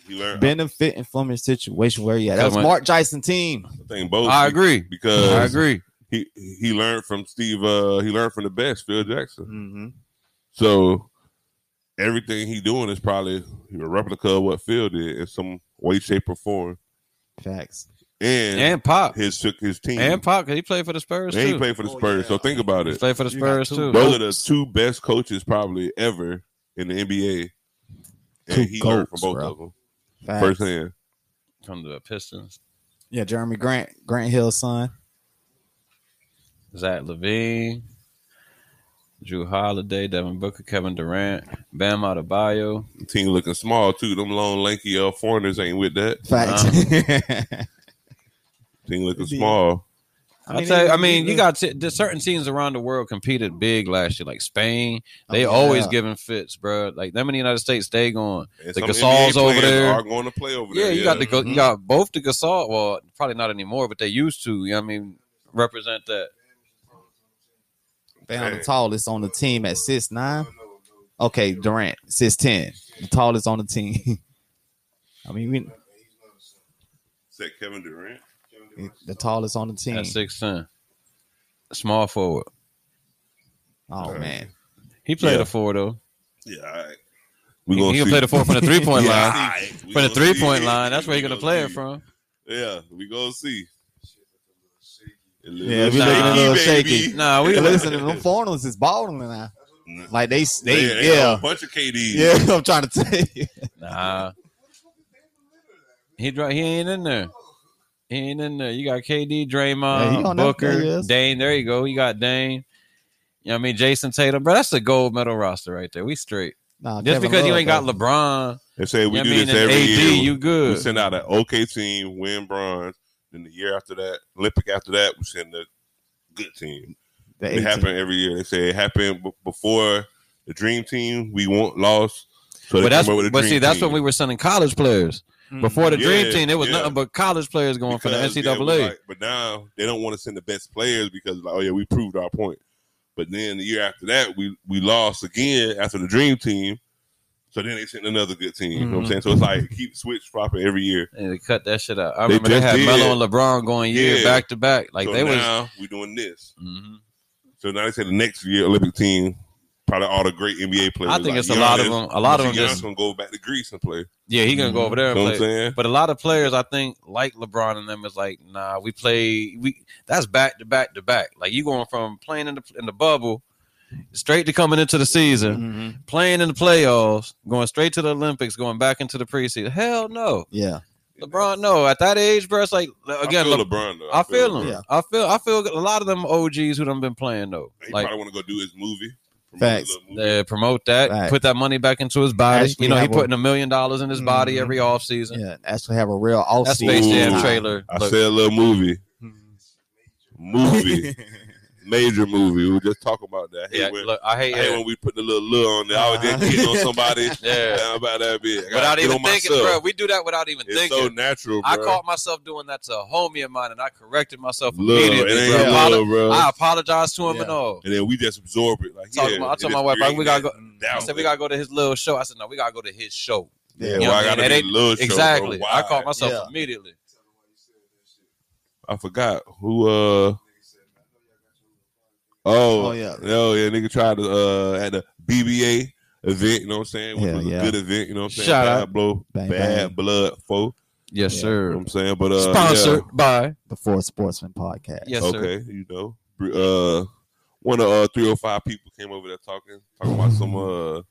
He learned. benefiting from his situation where he at. Come That was on. Mark Jason team. I think both. I agree. because I agree. he he learned from Steve. Uh, he learned from the best, Phil Jackson. Mm-hmm. So everything he doing is probably a replica of what Phil did in some way, shape, or form. Facts. and, and Pop his took his team. and Pop because he played for the Spurs And he too. played for the Oh, Spurs. So yeah. think about He it. played for the You got Spurs two too. Those are the two best coaches probably ever in the NBA. Two And he learned from goats, both bro. of them Facts. firsthand. From the Pistons, Yeah, Jeremy Grant, Grant Hill's son. Zach Levine, Drew Holiday, Devin Booker, Kevin Durant, Bam Adebayo. The team looking small too. Them long lanky uh, foreigners ain't with that. Uh-huh. Facts. Team looking Indeed. small. I, tell you, I mean, you it- got t- there's certain teams around the world competed big last year, like Spain. They Oh, always yeah. giving fits, bro. Like them in the United States, they going. And The some Gasols NBA over players there. are going to play over Yeah, there. you got the go- Mhm. you got both the Gasol. Well, probably not anymore, but they used to. You know what I mean, represent that. They on the Hey. tallest on the team at six nine. Okay, Durant six ten, the tallest on the team. I mean, we, Is that Kevin Durant? the tallest on the team. At six ten, small forward. Oh man, He played Yeah. a four though. Yeah, all right. He, We gonna he see. can play the four from the three point Yeah. line. All right. We From the gonna three see. point line, that's where We he's gonna gonna play it see. from. Yeah, we gonna see. Yeah, we looking a little shaky. Nah, we Hey, listen, them foreigners is balling now. Like they, they, yeah, they got yeah, a bunch of KDs. yeah. I'm trying to tell you. Nah, he dri- he ain't in there. He ain't in there. You got KD, Yeah, Draymond, he on that thing, Booker, yes. Dane. There you go. You got Dane. You know what I mean? Jason Tatum, bro. That's the gold medal roster right there. We straight. Nah, Just Kevin because you Love, ain't got though. LeBron, They say we you know what I do mean, this and every AD, year. you we good. send out an OK team, win bronze. Then the year after that, Olympic after that, we send a good team. The It 18. happened every year. They say it happened b- before the dream team. We won't lost. So they but that's come up with a but dream see, that's team. when we were sending college players. Mm. Before the Yeah, dream team, there was yeah. nothing but college players going from the Because, yeah, NCAA. we like- but now they don't want to send the best players because like, oh yeah, we proved our point. But then the year after that, we we lost again after the dream team. So then they sent another good team. You know Mm-hmm. what I'm saying? So it's like keep switch flopping every year. and they cut that shit out. I They remember they just had did. Melo and LeBron going year Yeah. back to back. Like so they was now we doing this. Mhm. So now they say the next year Olympic team, probably all the great NBA players. I think like it's a lot of Giannis. them. A lot of See, them Giannis just gonna go back to Greece and play. yeah, he gonna go over there You and know what I'm play. saying? But a lot of players, I think, like LeBron and them, is like, nah, we play we that's back to back to back. Like you going from playing in the in the bubble straight to coming into the season, Mhm. Mm-hmm. playing in the playoffs, going straight to the Olympics, going back into the preseason. Hell no, Yeah, LeBron, no. At that age, bro, it's like again, I feel Le- LeBron though. I feel him. Yeah. I feel I feel a lot of them OGs who done been playing though. He Like probably want to go do his movie. Promote Facts. his little movie. uh, promote that, Right. put that money back into his body. Actually you know, he have a- putting a million dollars in his body Mhm. every offseason. yeah. Actually, have a real off That Space Ooh. Jam trailer. I look, said a little movie. Movie. major movie. We were just talking about that. I hate, yeah, when, look, I hate I hate it. when we put the little look on there. I was just Uh-huh. hitting on somebody. Yeah. How about that bit? I gotta Without get even on thinking, myself. bro. We do that without even It's thinking. so natural, bro. I caught myself doing that to a homie of mine, and I corrected myself Love. It immediately, ain't bro. love, Apolo- love, bro. I apologized to him Yeah. and all. and then we just absorb it. Like, yeah, Talking it about- I told just my wife, like, we created gotta go. that I doubt. said we gotta go to his little show. I said no, we gotta go to his show. Yeah, Yeah, why what I I mean? gotta And be they- a little show, Exactly. bro? I Why? caught myself Yeah. immediately. I forgot who. uh Oh, Oh, yeah. oh yeah, nigga tried to uh at the BBA event, you know what I'm saying? Which Hell, was a yeah. good event, you know what I'm saying? Shout bad out. blow, Bang, bad bang. blood foe. Yes, Yeah. You know sir. what I'm saying? But uh yeah. Sponsored by the Four Sportsman podcast. yes, sir. okay, you know, br- uh, one of uh three or five people came over there talking, talking about some uh,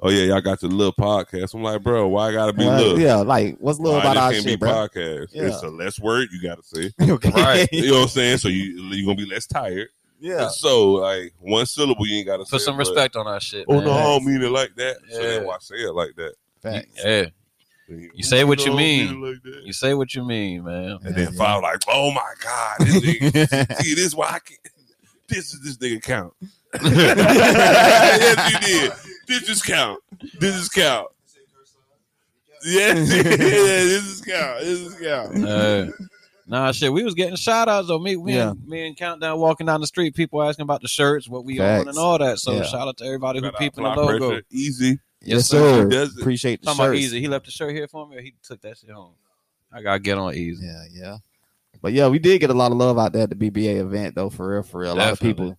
oh yeah, y'all got your little podcast. I'm like, bro, why I gotta be Uh, little? yeah, like what's little Why about this our can't shit, be bro? podcast. Yeah. It's a less word you gotta say. Okay. Right. You know what I'm saying? So you you gonna be less tired. Yeah. So like one syllable you ain't gotta Put say, some but, respect on our shit. Oh man. no, I don't mean it like that. So Yeah. then why say it like that? Facts. Yeah. You say what you "No, I don't mean." it like that." You say what you mean, man. And then Yeah. five like, oh my god, this nigga, see this why I can't. This is this nigga count. yes, you did. This is count. This is count. Yes, yeah, this is count. This is count. Uh, nah, shit. We was getting shout outs though. Me, me, and, me and Countdown walking down the street, people asking about the shirts, what we own, Facts. and all that. So Yeah. shout out to everybody who Gotta peeping the apply logo. pressure. Easy. Yes, He sir. does it. Appreciate the Talking about shirts. easy. He left the shirt here for me. Or he took that shit home. I gotta get on easy. Yeah, yeah. But yeah, we did get a lot of love out there at the BBA event though, for real, for real. A lot of Definitely. people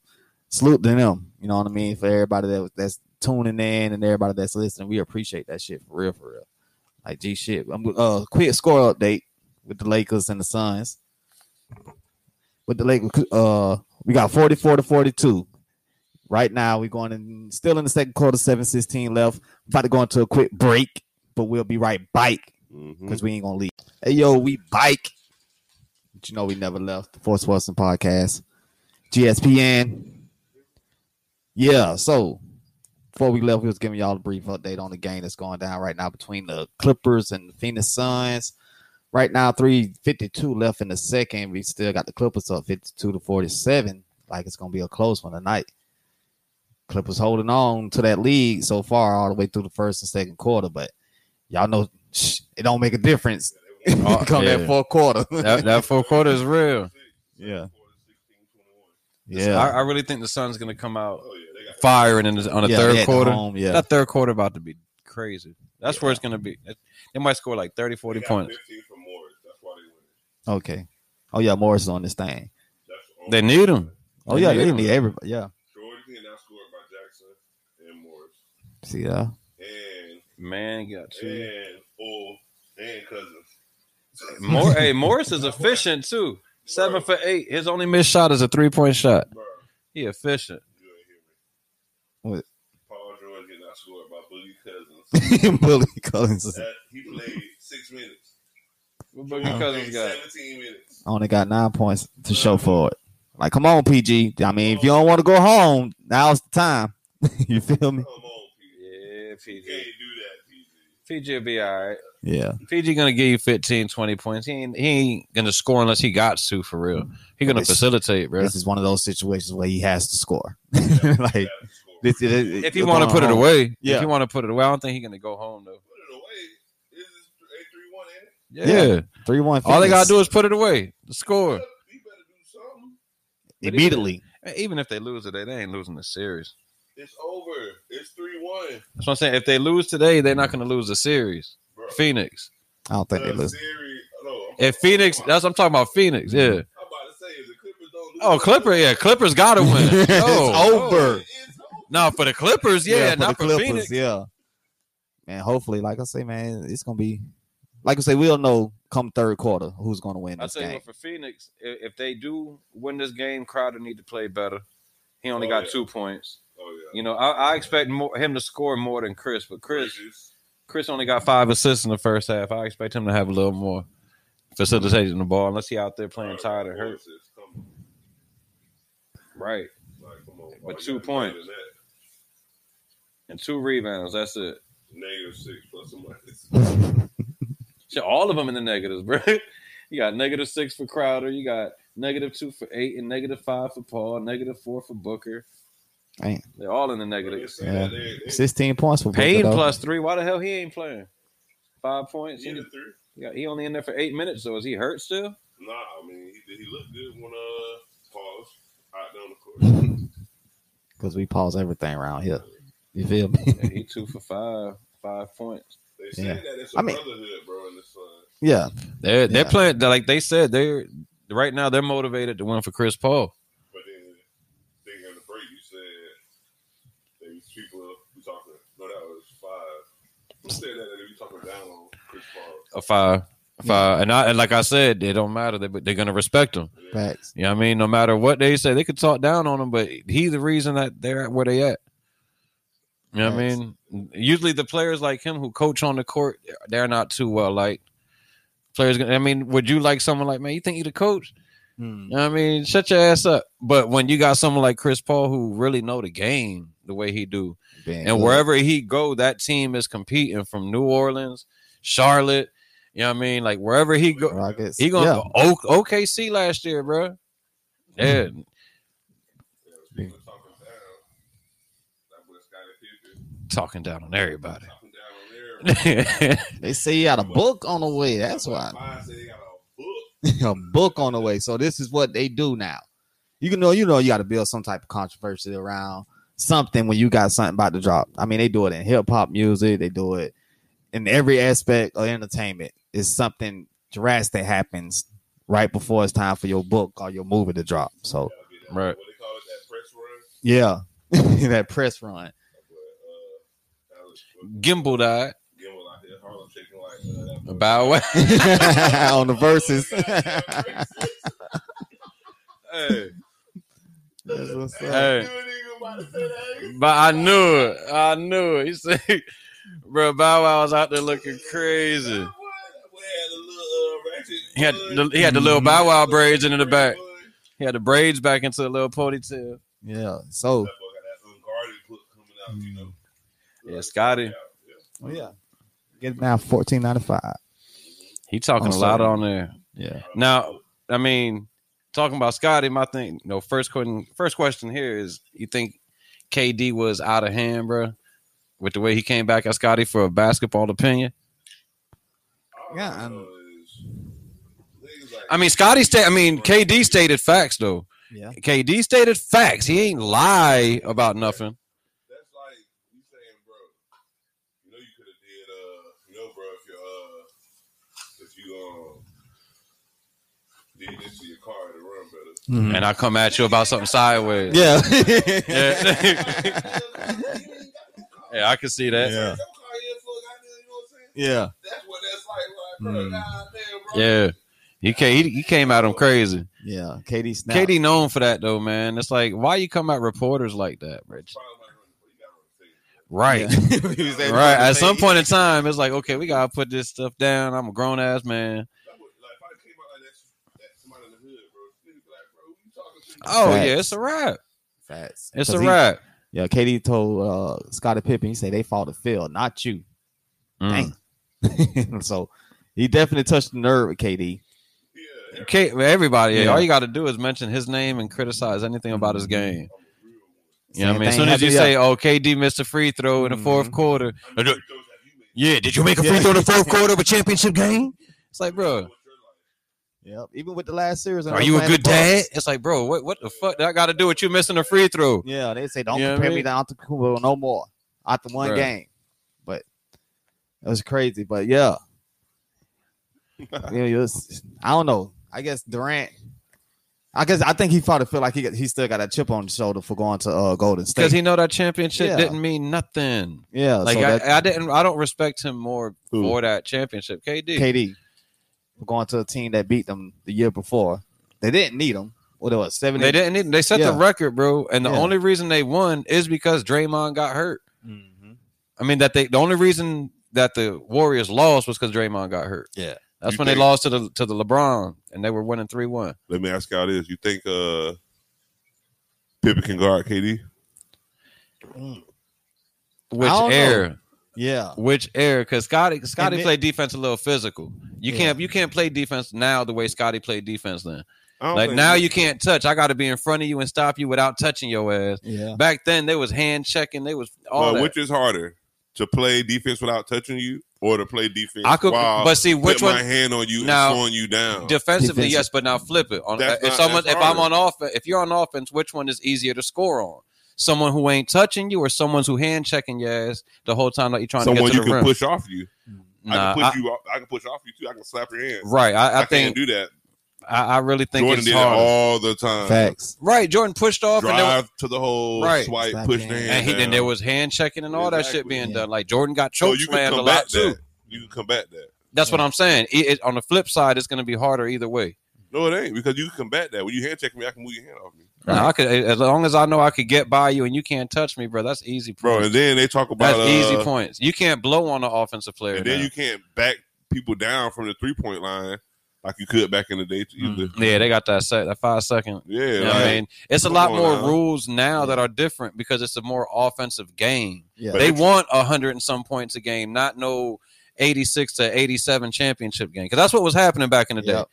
salute to them. You know what I mean? For everybody that was that's tuning in and everybody that's listening, we appreciate that shit for real, for real. Like G shit. I'm uh quick score update. with the Lakers and the Suns. With the Lakers, uh, we got 44 to 42. Right now, we're going in, still in the second quarter, 7-16 left. About to go into a quick break, but we'll be right bike Mhm. because we ain't gonna leave. Hey yo, we bike. But you know we never left the Force Wilson podcast. GSPN. Yeah, so before we left, we was giving y'all a brief update on the game that's going down right now between the Clippers and the Phoenix Suns. Right now, 352 left in the second. We still got the Clippers up 52 to 47. Like it's gonna be a close one tonight. Clippers holding on to that lead so far, all the way through the first and second quarter, but y'all know shh, it don't make a difference Oh, come yeah. that fourth quarter. that, that fourth quarter is real. yeah, I, yeah. I really think the sun's gonna come out Oh, yeah, they got firing in the, on the yeah, third at quarter. home, yeah, That third quarter about to be crazy. That's where it's gonna be. They might score like 30, 40 they got points. 15 from Morris. That's why they win. okay. Oh yeah, Morris is on this thing. That's all. They need him. Oh yeah, Yeah. they need everybody. Yeah, Jordan and outscored by Jackson and Morris. see, uh, yeah, And Man, you got two. and Bull and Cousins. More, hey, Morris is efficient too. Seven for eight. His only missed shot is a three point shot. Bro, He efficient. you ain't hear me. What? Paul George getting outscored by Bully Cousins. Bully Cousins that, he played six minutes. What about Oh. your cousins Played got? Seventeen minutes. only got nine points to show for it. Like, come on, PG. I mean, if you don't want to go home, now's the time. you feel me? Come on, PG. Yeah, You can't PG. do that, PG. PG will be all right. Yeah, PG gonna give you 15, 20 points. He ain't, he ain't gonna score unless he got to for real. He gonna It's- facilitate, bro. this is one of those situations where he has to score. You like, have to score. this, it, it- If you they're want to going put it home. away, Yeah. if you want to put it away, I don't think he's gonna go home though. Put it away. This is eight three one, ain't it? Yeah. Yeah. three one. All they gotta do is put it away. The score. You better do something. immediately. And Even if they lose today, they ain't losing the series. It's over. It's three one. That's what I'm saying. If they lose today, they're not gonna lose the series. Bro. Phoenix. I don't think they The lose. series- no, I'm- If Phoenix, I'm that's what I'm talking about. Phoenix, yeah. about to say if the Clippers don't lose, Oh, Clipper, yeah. Clippers got to win. It's No, over. It's over. no, for the Clippers, yeah, not for, Phoenix. Yeah. Man, hopefully, like I say, man, it's gonna be like I say, we'll know come third quarter who's gonna win I this tell you game. what, for Phoenix, i- if they do win this game, Crowder need to play better. He only Oh, got yeah. two points. Oh, yeah. You know, I, I expect more, him to score more than Chris, but Chris, Bridges. Chris only got five assists in the first half. I expect him to have a little more facilitating the ball, unless he out there playing tired and hurt. Horses, come on. Right, Like, come on. But Why two you gotta do points. better than that? and two rebounds. That's it. Negative six plus or minus. Shit, all of them in the negatives, bro. You got negative six for Crowder. You got negative two for eight and negative five for Paul. Negative four for Booker. Damn. They're all in the But they negatives. say Yeah. that they- they Sixteen points for Booker, Payne though. plus three. Why the hell he ain't playing? Five points. need He, a three. he got- he only in there for eight minutes. So is he hurt still? Nah, I mean, he, he looked good when uh, Paul's out down the court. because we pause everything around here. You feel me? Yeah, he two for five. Five points. They say Yeah. that it's a I mean- brotherhood, bro, uh, in the sun. yeah, They're they're Yeah. playing like they said. They're right now. They're motivated to win for Chris Paul. But then, thinking of the break, you said they was people we talking. No, that was five. Who said that? They were talking down on Chris Paul. A five, five, and I and like I said, it don't matter. They they're gonna respect him. And then facts. You know what I mean? No matter what they say, they could talk down on him, but he the reason that they're at where they at. You know what I Yes. mean? Usually the players like him who coach on the court, they're not too well liked. Players, gonna- I mean, would you like someone like, man, you think you the coach? You know what I mean? Shut your ass up. But when you got someone like Chris Paul who really know the game the way he do, Being and good. wherever he go, that team is competing from New Orleans, Charlotte, you know what I mean? Like wherever he go, Rockets, he gonna yeah. go O- OKC last year, bro. Yeah, yeah, people talking down. That boy Scottie Pippen talking down on everybody. talking down on there. They say you got a book on the way. That's why Mine said they got a book. a book on the way. So this is what they do now. You can know, you know, you got to build some type of controversy around something when you got something about to drop. I mean, they do it in hip hop music. They do it in every aspect of entertainment. It's something drastic happens right before it's time for your book or your movie to drop. So That'd be that- Oh, Right. What they call it? That press run. yeah, that press run. That boy, uh, that was Gimbal died. Gimble out there, Harlem shaking like uh, Bow Wow. on the verses. That's Hey, what's up. Hey. But I knew it. I knew it. He said, bro, Bow Wow was out there looking crazy. He had the, he had the little Bow Wow braids into the back. He had the braids back into the little ponytail. Yeah. So Yeah, Scotty. oh, yeah. Get it now fourteen ninety five. He talking I'm a lot sorry. on there. Yeah. Now, I mean, talking about Scotty, my thing. You know, first question. First question here is: You think KD was out of hand, bro, with the way he came back at Scotty for a basketball opinion? Yeah, I mean, Scotty sta I mean, KD stated facts though. Yeah. KD stated facts. He ain't lie about nothing. That's like you saying, bro. You know you could have did, uh, you know, bro, if you uh, if you um, did this to your car to run better. And I come at you about something sideways. Mm. Yeah. Yeah. Yeah, I can see that. Yeah. yeah. Mm. Yeah. He came, he, he came at him crazy. Yeah. KD snap. KD known for that though, man. It's like, why you come at reporters like that, Rich? Right. Right. At some point in time, it's like, okay, we gotta put this stuff down. I'm a grown ass man. Oh Facts. yeah, it's a wrap. Facts. It's a 'Cause he- wrap. Yeah, KD told uh, Scottie Pippen, he said they fought the field, not you. Mm. Dang. so he definitely touched the nerve with KD. Okay, everybody, yeah, Yeah. all you gotta do is mention his name and criticize anything about his game. You know what I mean? As Same soon thing as you happened, say, oh, KD missed a free throw in the fourth quarter. Mm-hmm. Yeah, did you make a free throw in the fourth quarter of a championship game? It's like, bro, Yep. Even with the last series, and are them you a playing the good dad? Bucks. It's like, bro, what what the fuck that got to do with you missing a free throw? Yeah, they say don't You know what compare me I mean? to Antetokounmpo no more after one Bruh. game. But it was crazy. But yeah, yeah, it was- I don't know. I guess Durant. I guess I think he probably feel like he got, he still got a chip on his shoulder for going to uh, Golden State. Because he know that championship Yeah. didn't mean nothing. yeah, Like Uh, so I, that, I didn't, I don't respect him more Who? for that championship. KD, KD for going to a team that beat them the year before. They didn't need him. What it was seven. they didn't. Even, they set the Yeah. record, bro, and the Yeah. only reason they won is because Draymond got hurt. I mean that they the only reason that the Warriors lost was because Draymond got hurt. Yeah. That's You when they think- lost to the to the LeBron and they were winning three one. Let me ask y'all this: You think uh, Pippen can guard KD? Which don't air? Mm-hmm. Yeah, Which air? Because Scotty Scotty mi- played defense a little physical. You Yeah. can't you can't play defense now the way Scotty played defense then. I don't Like think- now you can't touch. I got to be in front of you and stop you without touching your ass. yeah. Back then they was hand checking. They was all Well, that. which is harder to play defense without touching you, or to play defense? I could, while but see which putting one my hand on you Now- and slowing you down. defensively, Defensive. yes, but now flip it. On, That's if not- someone, that's if I'm on harder. offense, if you're on offense, which one is easier to score on? Someone who ain't touching you, or someone who hand checking your ass the whole time that you're trying Someone to get to you the can rim. push off you. I Nah, can push I- you. Off, I can push off you too. I can slap your hand. right. I, I, I, can't think do that. I, I really think Jordan it's did hard. it all the time. Facts. right, Jordan pushed off, and, there, Drive to the hole, Right. swipe, Slap push your the hand. hand. and he, then down. there was hand checking and all that shit Exactly. being Yeah. done. Like Jordan got so choke you can slammed a combat lot that. too. You can combat that. That's what I'm saying. It, it- on the flip side, it's going to be harder either way. No, it ain't because you can combat that. When you hand check me, I can move your hand off me, Now, I could, as long as I know I could get by you and you can't touch me, bro. That's easy, bro. points. And then they talk about That's easy uh, points. You can't blow on the offensive player. And then now. you can't back people down from the three point line like you could back in the day. Either. Yeah, they got that set that five second. Yeah, Mm. You know like, what I mean, it's a come lot on more now. rules now that are different because it's a more offensive game. Yeah. They want a hundred and some points a game, not no eighty six to eighty seven championship game. Because that's what was happening back in the day. Yep.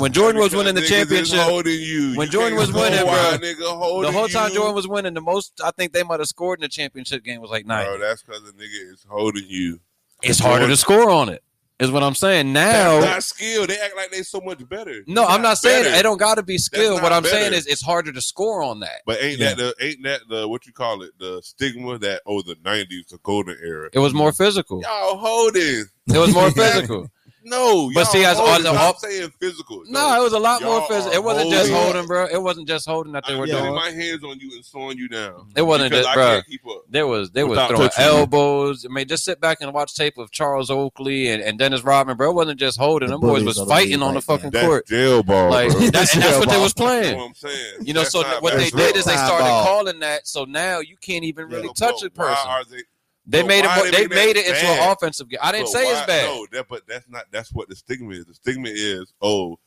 when Jordan was Because winning the niggas is championship, holding you. when You Jordan can't was winning, hold why bro, a nigga holding the whole time you. Jordan was winning, the most I think they might have scored in the championship game was like nine. Bro, that's because the nigga is holding you. it's harder Jordan- to score on it. Is what I'm saying now. That's not skill. They act like they so much better. no, They're I'm not saying better. it don't got to be skill. not What I'm better. saying is it's harder to score on that. But ain't Yeah. that the ain't that the what you call it the stigma that oh the nineties the golden era It was more physical. y'all holding It was more Yeah. physical. No, But see, that's all the- I'm saying physical. No, it was a lot more Y'all physical. are It wasn't just holding. holding, bro. It wasn't just holding that they I'm were yeah. putting doing. Mm-hmm. my hands on you and slowing you down. It wasn't because just, I bro. can't keep up. There was there was Without throwing touching you. elbows. I mean, just sit back and watch tape of Charles Oakley and, and Dennis Rodman, bro. It wasn't just holding. The Them boys bullies was of the fighting league on the right fucking That's court. jail ball. Like bro. that, and that's what they That's was playing. what I'm saying. You know, That's so not what they basketball. did is they Time started ball. calling that. So now you can't even really Yeah, touch but a person. Why are they, they but made it. why More, they they make that made it into an bad? offensive game. I didn't but say it's why- bad. No, that, but that's not. That's what the stigma is. The stigma is, oh,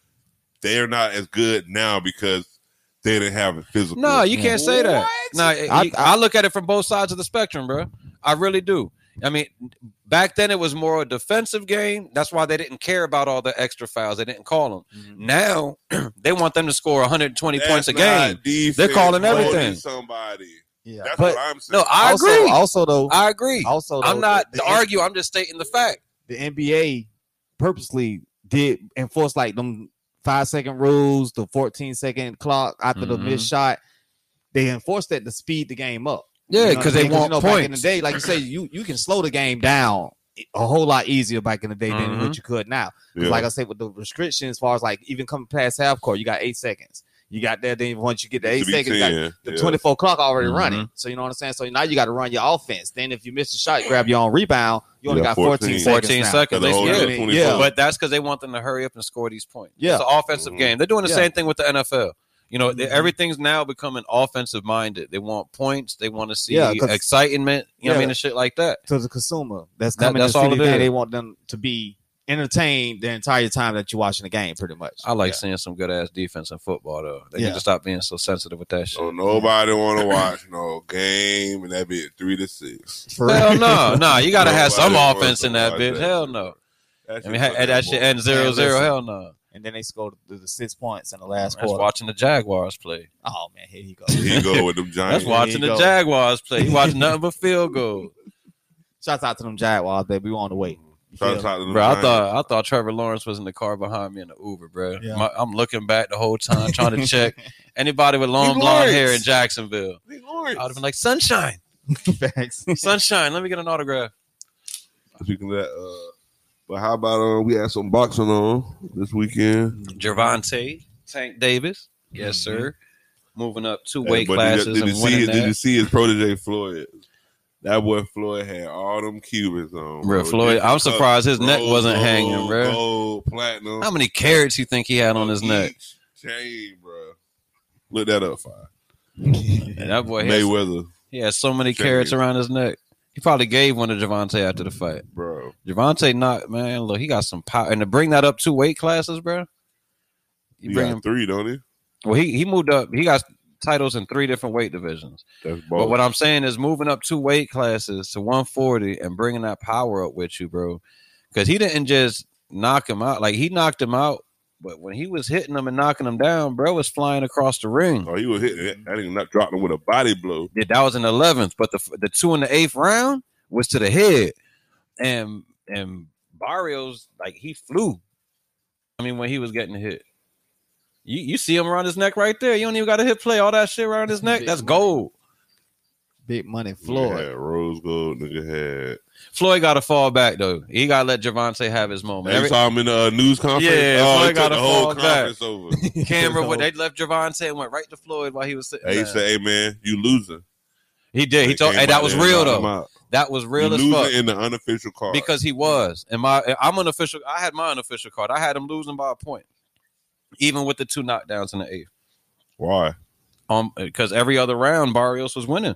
they're not as good now because they didn't have it physical. No, you can't say that. No, it- I- you- I, look at it from both sides of the spectrum, bro. I really do. I mean, back then it was more a defensive game. That's why they didn't care about all the extra fouls. They didn't call them. Now they want them to score 120 That's points a not game. defense. They're calling Bully everything. Somebody. Yeah, That's but what I'm saying. No, I also, agree. Also, though, I agree. also, though, I'm not the, to argue. I'm just stating the fact. the NBA purposely did enforce like them five second rules, the 14 second clock after the Mhm. missed shot. They enforced that to speed the game up. Yeah, You know because what I they mean? you want know, Back in the points. day, like you say, you you can slow the game down a whole lot easier back in the day than Mm-hmm. what you could now. 'Cause Yeah. Like I said, with the restrictions, as far as like even coming past half court, you got eight seconds. You got that. Then once you get the eight To be seconds, you got 10, the yeah. 24 clock already Mhm. running. So you know what I'm saying? So now you got to run your offense. Then if you miss a shot, grab your own rebound. You only Yeah, got 14, 14 seconds. 14 now. seconds. Got the They- whole yeah. game. Yeah. 24. Yeah. But that's because they want them to hurry up and score these points. Yeah. It's an offensive Mhm. game. They're doing the Yeah. same thing with the NFL. You know, they- Mhm. everything's now becoming offensive minded. They want points. They want to see Yeah, 'cause- excitement. You know what I Yeah. mean? And shit like that. To the consumer that's That- coming that's to all see the it game, is. they want them to be entertained the entire time that you're watching the game, pretty much. I like Yeah. seeing some good ass defense in football, though. They Yeah. need to stop being so sensitive with that shit. So nobody want to watch no game, and that be three to six. For Hell real. no, no! You gotta have some Nobody wants offense to in that watch bitch. Hell no! That I mean, ha- that should end zero zero. Hell no! And then they scored the, the six points in the last That's quarter. watching the Jaguars play. oh man, here you go. He go with them Giants. That's why- watching There you go. the Jaguars play. You watching nothing but field goals. Shouts out to them Jaguars, baby. We on the way. You Shout feel me? out to them Bro, I Giants. thought I thought Trevor Lawrence was in the car behind me in the Uber, bro. Yeah. My, I'm looking back the whole time trying to check anybody with long blonde hair in Jacksonville. Lee I Lawrence. would have been like, Sunshine, Facts. Sunshine, let me get an autograph. Speaking of that, uh, but how about uh, we had some boxing on this weekend? Gervonta, Tank Davis, yes sir. Moving up two weight Mm-hmm. Hey, but classes Did, you- did, you and see winning his, that. did you see his protege Floyd? That boy Floyd had all them Cubans on. Bro, Floyd, I'm surprised his Oh, neck wasn't hanging, bro. Gold, platinum. How many carrots you think he had on his each neck? Chain, bro. Look that up, Fire. And that boy, has, Mayweather, he had so many Check carrots it. around his neck. He probably gave one to Javante after the fight. bro. Javante, not man. Look, he got some power, and to bring that up two weight classes, bro. You You bring got him. three, don't he? Well, he he moved up. He got titles in three different weight divisions. That's But both. what I'm saying is moving up two weight classes to 140 and bringing that power up with you, bro. Because he didn't just knock him out. Like he knocked him out, but when he was hitting him and knocking him down, bro was flying across the ring. oh, he was hitting it. That nigga not dropped him with a body blow. Yeah, that was in the 11th, but the the two in the eighth round was to the head, and and Barrios like he flew. I mean, when he was getting hit, you you see him around his neck right there. You don't even got to hit play all that shit around his neck. That's gold. Big money Nigga Floyd. had rose gold. Nigga had. Floyd got to fall back though. He got to let Javante have his moment. Every, Every- you saw him in the uh, news conference. Yeah, oh, Floyd he took gotta the whole fall back. conference over. camera when they left Javante and went right to Floyd while he was sitting. Hey, he down. said, "Hey man, you losing." he did. He They told. came Hey, out that was there and real knocked him though. out. That was You real as losing fuck. in the unofficial card because he was. And my I'm unofficial. I had my unofficial card. I had him losing by a point, even with the two knockdowns in the eighth. why? Um, because every other round Barrios was winning.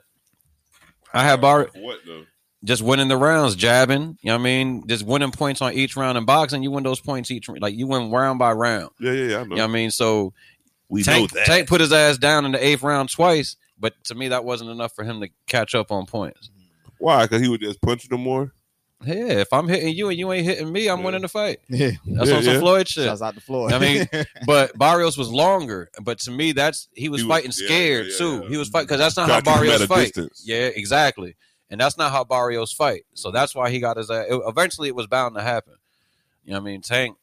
I had Bar What though? just winning the rounds, jabbing. You know what I mean? Just winning points on each round in boxing. You win those points each. Like you win round by round. Yeah, yeah, yeah. I know. You know what I mean? So we Tank, know that. Tank put his ass down in the eighth round twice, but to me that wasn't enough for him to catch up on points. Why? Because he would just punch them more. Yeah, if I'm hitting you and you ain't hitting me, I'm Yeah. winning the fight. Yeah. That's Yeah, on some yeah. Floyd shit. Shouts out to Floyd. I mean, but Barrios was longer. But to me, that's he was, He was- fighting yeah, scared yeah, too. yeah. He was fighting because that's not Got how to keep him Barrios at a fight. distance. Yeah, exactly. And that's not how Barrios fight. So that's why he got his. ass. it- eventually, it was bound to happen. You know what I mean? Tank.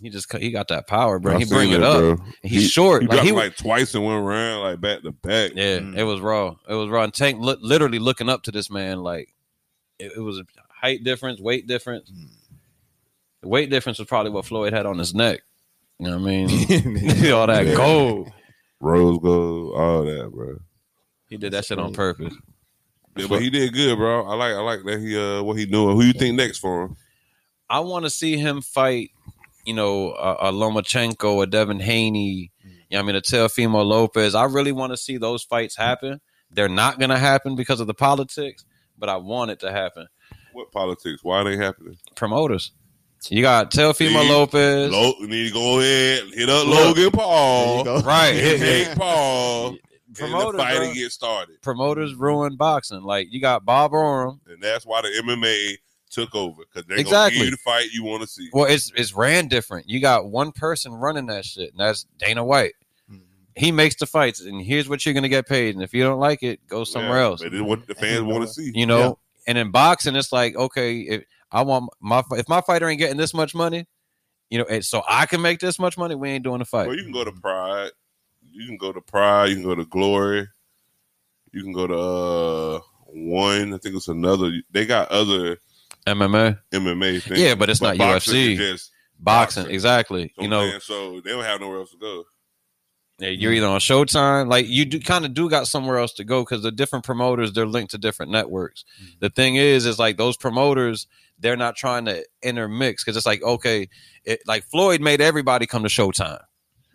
He just he got that power, bro. I he seen bring it that, up. bro. He's He- short. He like dropped he him, like twice in one round, like back to back. yeah, Mm. it was raw. It was raw. And Tank li- literally Mm. looking up to this man, like it, it was a height difference, weight difference. The weight difference was probably what Floyd had on his neck. You know what I mean? All that Yeah. gold. Rose gold, all that, bro. He did that shit on purpose. Yeah, but he did good, bro. I like, I like that he, uh, what he doing. Who you think next for him? I want to see him fight, you know, a, a Lomachenko, a Devin Haney, you know, what I mean, a Teofimo Lopez. I really want to see those fights happen. They're not going to happen because of the politics, but I want it to happen. What politics? Why it ain't happening? Promoters. You got Teofimo See? Lopez. Lo- you need to go ahead, hit up Look. Logan Paul, Right. hit Jake Paul, and the Promoters, fight bro. and get started. Promoters ruin boxing. Like, you got Bob Orem. And that's why the MMA took over because they're Exactly. gonna give you the fight you want to see. Well, it's, it's ran different. You got one person running that shit, and that's Dana White. He makes the fights, and here's what you're going to get paid. And if you don't like it, go somewhere Yeah, else. But it's what the fans Ain't want no- to see. you know. And in boxing, it's like okay, if I want my if my fighter ain't getting this much money, you know, and so I can make this much money, we ain't doing a fight. Well, you can go to Pride. You can go to Pride. You can go to Glory. You can go to uh, one. I think it's another. They got other MMA, MMA things. yeah, but it's But not boxing UFC. is Just, boxing, boxing. exactly. You know, so they don't have nowhere else to go. yeah, you're either on Showtime, like you do kind of do got somewhere else to go because the different promoters they're linked to different networks. The thing is, is like those promoters they're not trying to intermix because it's like okay, it, like Floyd made everybody come to Showtime.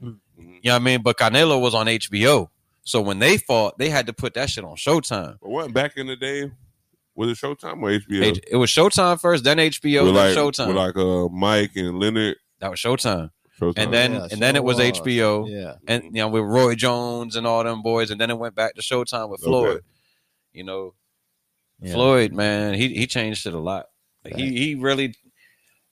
Mhm. You know what I mean? But Canelo was on HBO. So when they fought, they had to put that shit on Showtime. But what back in the day was it Showtime or HBO? H- it was Showtime first, then HBO, With then like, Showtime. with like uh, Mike and Leonard. that was Showtime, Showtime. and then Oh, yeah, and then it was Showtime. HBO, Yeah. and you know with Roy Jones and all them boys, and then it went back to Showtime with Okay. Floyd. You know, Yeah. Floyd, man, he he changed shit a lot. Like, Right. He he really,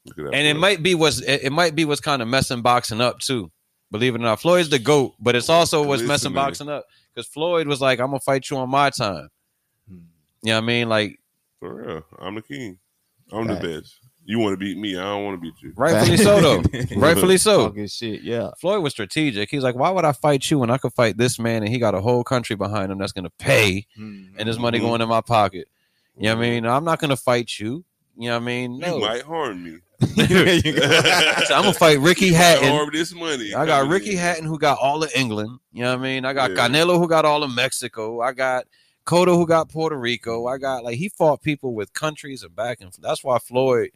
Look at that and it boy. might be what's it, it might be what's kind of messing boxing up too. Believe it or not, Floyd's the goat, but it's also what's messing Listen, man. boxing up because Floyd was like, "I'm gonna fight you on my time." You know what I mean? Like for real. I'm the king. I'm Right. the best. You want to beat me? I don't want to beat you. rightfully so, though. rightfully so. Talking shit. Yeah. Floyd was strategic. He's like, why would I fight you when I could fight this man and he got a whole country behind him that's going to pay and his money Mhm. going in my pocket? You know what I mean? I'm not going to fight you. You know what I mean? Mm-hmm. You No. might harm me. I said, I'm going to fight Ricky Hatton. Harm this money. I got coming Ricky in. Hatton who got all of England. You know what I mean? I got Yeah. Canelo who got all of Mexico. I got Cotto who got Puerto Rico. I got like he fought people with countries and back and that's why Floyd.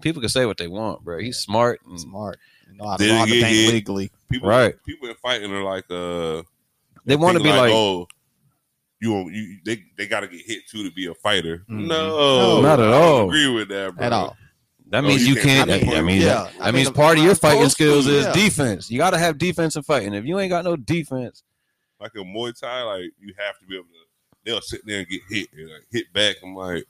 People can say what they want, bro. He's smart. And, Smart. You know, I Didn't don't get think hit. legally. People, Right. People in fighting are like, uh, They want thinking to be like, oh, you, won't- you, they, they got to get hit too to be a fighter. Mhm. No, No. Mm-hmm. Not at I don't all. Agree with that, bro. At all. That Oh, means you you can't can't. fight I with mean, I mean, him. that- yeah. that means part of your fighting old skills school, is yeah. defense. You got to have defense and fighting. If you ain't got no defense, Like in Muay Thai, like you have to be able to. They'll sit there and get hit and like, hit back. I'm like,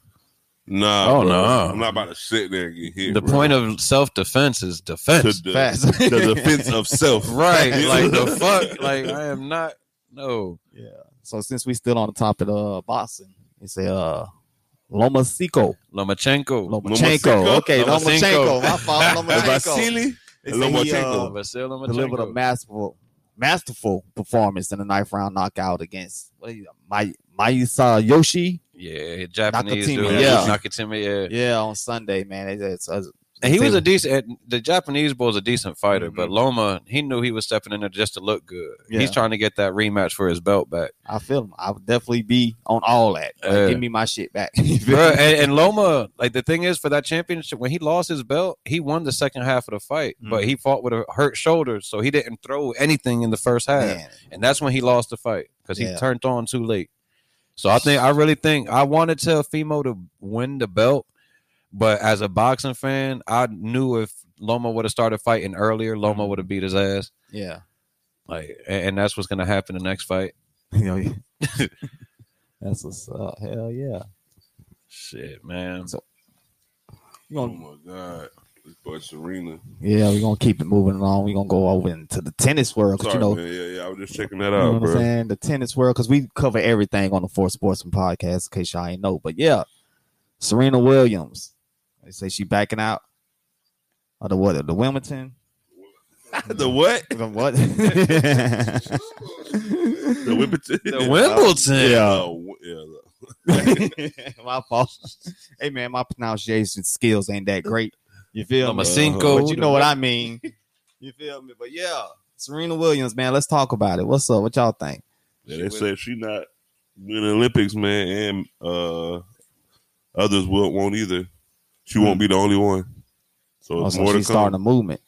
nah. Oh, bro. no. I'm not about to sit there and get hit. the bro. point of self defense is to defense. the, fast. the defense of self. right? Yeah. Like the fuck. Like I am not. No. Yeah. So since we still on the topic of uh, boxing, it's a uh, Lomachenko. Lomachenko. Lomachenko. Okay, Lomachenko. Lomachenko. My fault, Lomachenko. Vasily They say he, uh, Lomachenko. Vasyl Lomachenko. delivered a masterful, masterful performance in the ninth round knockout against what is it, May, Mayusa Yoshi. Yeah, Japanese Nakatimi, dude. yeah. Nakatimi. Yeah. Yeah, on Sunday, man. It's, it's, it's, And he was a it's- decent. The Japanese boy was a decent fighter, but Loma, he knew he was stepping in there just to look good. Yeah. He's trying to get that rematch for his belt back. I feel him. I would definitely be on all that. Like, Yeah. Give me my shit back. Bro, and, and Loma, like the thing is for that championship, when he lost his belt, he won the second half of the fight, but he fought with a hurt shoulder, so he didn't throw anything in the first half, Man, and that's when he lost the fight because he Yeah. turned on too late. So I think I really think I wanted Teofimo to win the belt, but as a boxing fan, I knew if Loma would have started fighting earlier, Loma would have beat his ass. yeah. Like, and, and that's what's gonna happen the next fight. You know, yeah. That's what's up. Hell yeah. Shit, man. We Oh gonna- my god, this boy Serena. yeah, we're going to keep it moving along. We're going to go over into the tennis world. 'cause, Sorry, you know, man. Yeah, yeah. I was just checking that You know out, what I'm Oh, bro. saying? The tennis world, because we cover everything on the Four Sportsman podcast, in case y'all ain't know. But yeah, Serena Williams. They say she backing out of the what? The Wilmington? the what? The what? The Wimbledon. The Wimbledon. Yeah, w- yeah. the- my fault. Hey man, my pronunciation skills ain't that great. You feel Number me? cinco. But you know what I mean. You feel me? But yeah, Serena Williams, man, let's talk about it. What's up? What y'all think? Yeah, She they went- said she not in the Olympics, man, and uh, others will won't either. She won't be the only one. Oh, So it's Also, more to Oh, she's starting come. a movement.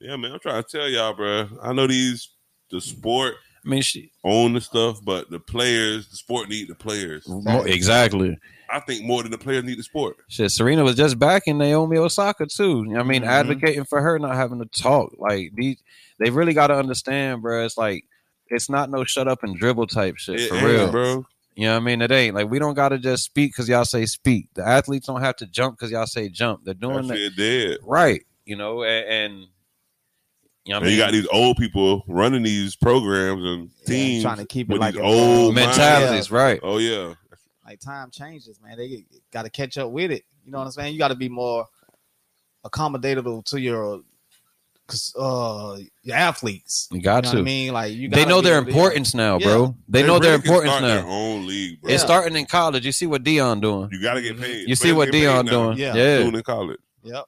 Yeah, man, I'm trying to tell y'all, bro. I know these the sport I mean, she own the stuff, but the players, the sport need the players. Right. exactly. I think more than the players need the sport. Shit, Serena was just back in Naomi Osaka too. You know what I mean, Mm-hmm. Mhm. advocating for her not having to talk. Like these, they really got to understand, bro. It's like it's not no shut up and dribble type shit It for ain't, real. bro. You know what I mean? It ain't like we don't got to just speak because y'all say speak. The athletes don't have to jump because y'all say jump. They're doing That that shit dead. right. You know, and, and you know And what I mean. you got these old people running these programs and Yeah, teams. trying to keep it with like these a- old mentalities, right? Oh yeah, like time changes, man. They got to catch up with it. You know what I'm saying? You got to be more accommodative to your, 'cause, uh, your athletes. You You got know to. what I mean? Like you, They gotta know be their able to- importance now, Yeah. bro. They, know really their can importance start now. Their own league, bro. It's Yeah. starting in college. You see what Dion doing. You gotta get paid. You see what Players get paid Dion now. doing. Yeah. Yeah. Soon in college, Yep.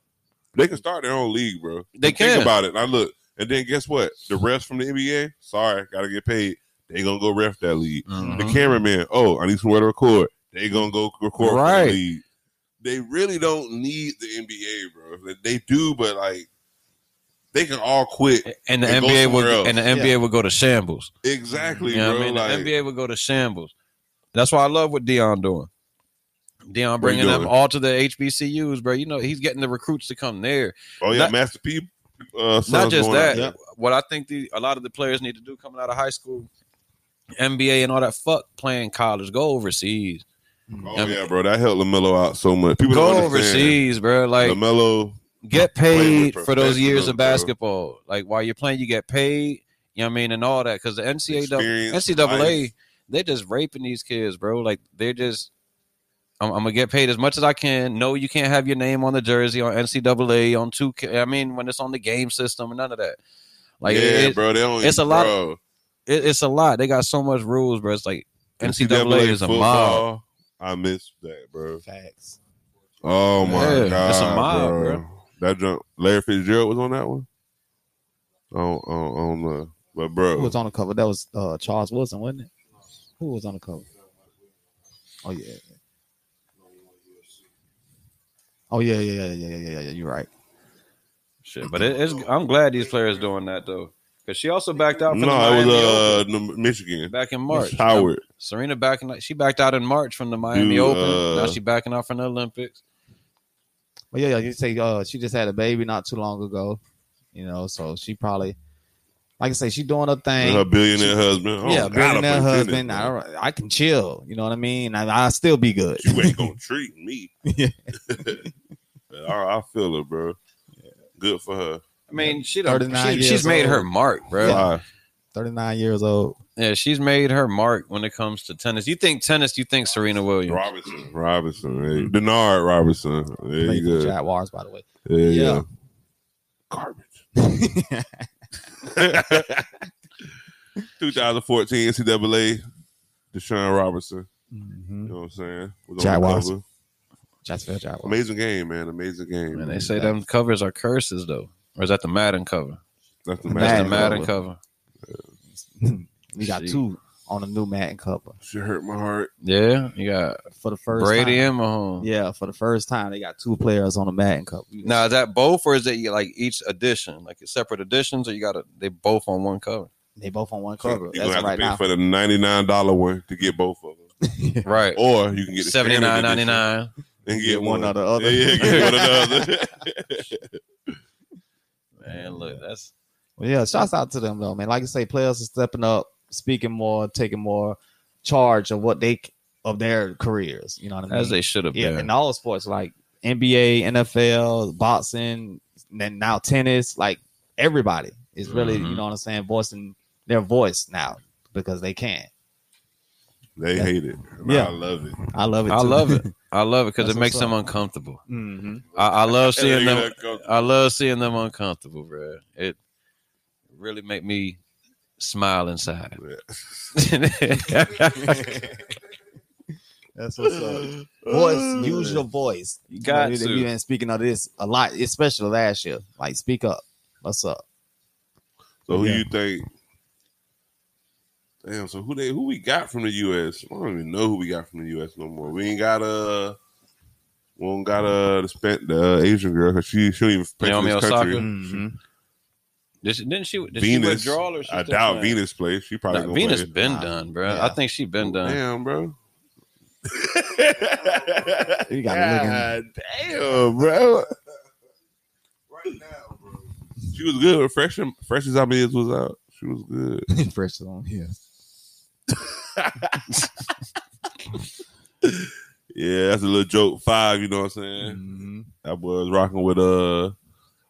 they can start their own league, bro. They Think can. about it. Now look, and then guess what? The refs from the NBA, sorry, gotta get paid. They gonna go ref that league. Mhm. The cameraman, oh, I need somewhere to record. They gonna go record for the Right. league. They really don't need the NBA, bro. Like, They do, but like they can all quit. And the They go NBA would somewhere else. and the NBA would go to shambles. Exactly, You know bro. what I mean? like, the NBA would go to shambles. That's why I love what Dion doing. Dion What he bringing them doing? all to the HBCUs, bro. You know he's getting the recruits to come there. oh yeah, Not- Master P. Uh, not son's just going out that. there. What I think the, a lot of the players need to do coming out of high school, NBA and all that, fuck playing college, go overseas, Oh yeah, bro. That helped Lamelo out so much. People go don't understand. overseas, bro. Like Lamelo get Playing paid with for those years professionals, of bro. basketball. Like while you're playing, you get paid. You know what I mean, and all that because the NCAA, Experience, NCAA, life. they're just raping these kids, bro. Like they're just, I'm, I'm gonna get paid as much as I can. No, you can't have your name on the jersey on NCAA on two. K I mean, when it's on the game system and none of that. Like yeah, it- it- bro. They don't it's even- a lot Bro, it- it's a lot. They got so much rules, bro. It's like NCAA, is a mob. football, I miss that, bro. Facts. Oh my Yeah, it's a god, mob, bro. bro. That drunk Larry Fitzgerald was on that one. Oh, oh, on the but bro, Who was on the cover? That was uh, Charles Wilson, wasn't it? Who was on the cover? Oh yeah. Oh yeah, yeah, yeah, yeah, yeah, yeah, yeah. You're right. Shit, but it, it's, I'm glad these players doing that though, because she also backed out. From the no, it Miami Open was uh Num- Michigan. back in March. Howard. Serena backing out. She backed out in March from the Miami Dude, Open. uh, now she backing out from the Olympics. But yeah, yeah, you say uh, she just had a baby not too long ago, you know, so she probably, like I say, she doing her thing. Her billionaire husband. Oh, yeah, God, billionaire I play tennis, husband. bro. I, I can chill. You know what I mean? I, I still be good. You ain't gonna treat me. Yeah. But I, I feel it, bro. Good for her. I mean, she done, 39 she, years she's made her old. mark, bro. Yeah. Why? Thirty nine years old. she's made her mark when it comes to tennis. You think tennis? You think Serena Williams? Robinson, Robinson, hey. Denard Robinson. There Played you for the go. Jaguars, by the way. Yeah, Yeah. yeah. Garbage. 2014 NCAA, Deshaun Robertson. You Mhm. know what I'm saying? Was on the Jaguars. cover. Jacksonville Jaguars. Amazing game, man. Amazing game. Man, they say them covers are curses though, or is that the Madden cover? That's the That's the Madden Madden Madden cover. cover. we got Shit. two on the new Madden cover She hurt my heart. Yeah, you got for the first Brady time. and Mahomes. Yeah, for the first time they got two players on the Madden cover. Now is that both, or is it like each edition, like it's separate editions, or you got to they both on one cover? They both on one cover. You're gonna That's have right to pay now. for the $99 one to get both of them. Right, Or you can get the seventy nine standard ninety edition nine. and Get get one one, or the other. Yeah, yeah, get one or the other. Man, look, that's Well, yeah, shouts out to them though, man. Like I say, players are stepping up, speaking more, taking more charge of what they of their careers. You know what I mean? as they should have yeah, been. in all sports like NBA, NFL, boxing, and then now tennis. Like everybody is really, you Mhm. know what I'm saying, voicing their voice now because they can. They hate it. Yeah. I love it. I love it. I too. love it. I love it because That's it makes what's up. them uncomfortable. Mhm. I, I love seeing Yeah, them. I love seeing them uncomfortable, bro. It really make me smile inside. Yeah. yeah, they go- That's what's up. Voice, use your voice. You got know, to. We've been speaking of this a lot, especially last year. Like, speak up. What's up? So who Yeah. you think? Damn. So who they who we got from the U.S. I don't even know who we got from the U.S. no more. We ain't got a. We don't got a the, Span- the uh, Asian girl because she she don't even play for Naomi this country. Osaka? Mm-hmm. Did she, didn't she? Did she Venus. withdraw or she I still doubt playing? Venus plays. She probably Nah, gonna Venus play. been Nah. done, bro. Yeah. I think she been done. Damn, bro. You got God damn, bro. Right now, bro. She was good. Fresh, fresh as I is was out. She was good. looking fresh on here. Yeah, that's a little joke. Five, you know what I'm saying? Mm. Mhm. I was rocking with uh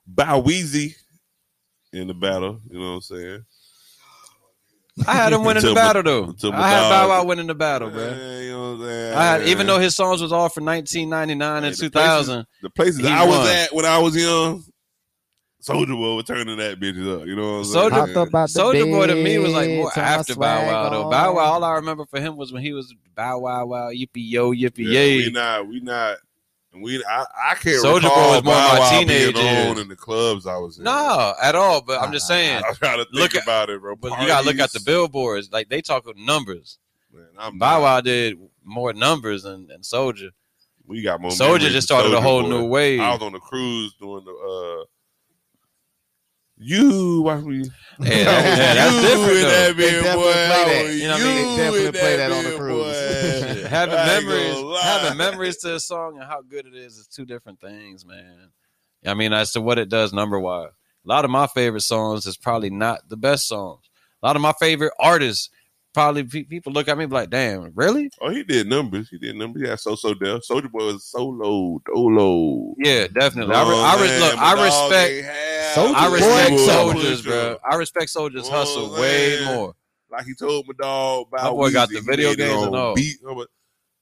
Bow Weezy in the battle. You know what I'm saying? I had him winning the Until Ma- battle though. until I had Bow Madonna- Wow winning the battle, bro. Yeah, you know what I'm saying? I had, even though his songs was all from 1999 Hey, and the 2000, the places he I was won. at when I was young, Soldier Boy was turning that bitches up. You know what I'm Soulja- saying? Hopped up out the Soldier Boy to bed, me was like more took my after Bow swag Wow though. on. Bow Wow, all I remember for him was when he was Bow Wow Wow Yippee Yo Yippee Yeah, Yay. We not. We not. and We. I, I can't Soulja Boy recall was more Bow my Wow teenage being years. on in the clubs I was in. No, at all. But I'm just Nah, saying, I'm trying to think Look at- about it, bro. but you gotta look at the Parties. billboards. Like they talk of numbers. Man, I'm Bow not- Wow did more numbers than, than Soldier. We got more. Soldier memories just of started a Soulja whole Boy. new wave. I was on a cruise doing the. uh you watch me. Yeah, yeah, that's you different, in though. that They bit, definitely boy. play I that. was You know what I mean? They you definitely in play that on bit, the cruise. boy. having I ain't gonna memories lie. having memories to a song and how good it is is two different things man i mean as to what it does number wise a lot of my favorite songs is probably not the best songs a lot of my favorite artists probably pe- people look at me and be like damn really Oh, he did numbers. He did numbers. Yeah, so so deaf. Soldier boy was solo, dolo. yeah definitely I, Oh, re- I, re- look, I respect Soulja i Boy, respect boy, soldiers bro i respect soldiers Oh, hustle way man. more Like he told my dog, My boy got the video games and all. Beat, I'm a-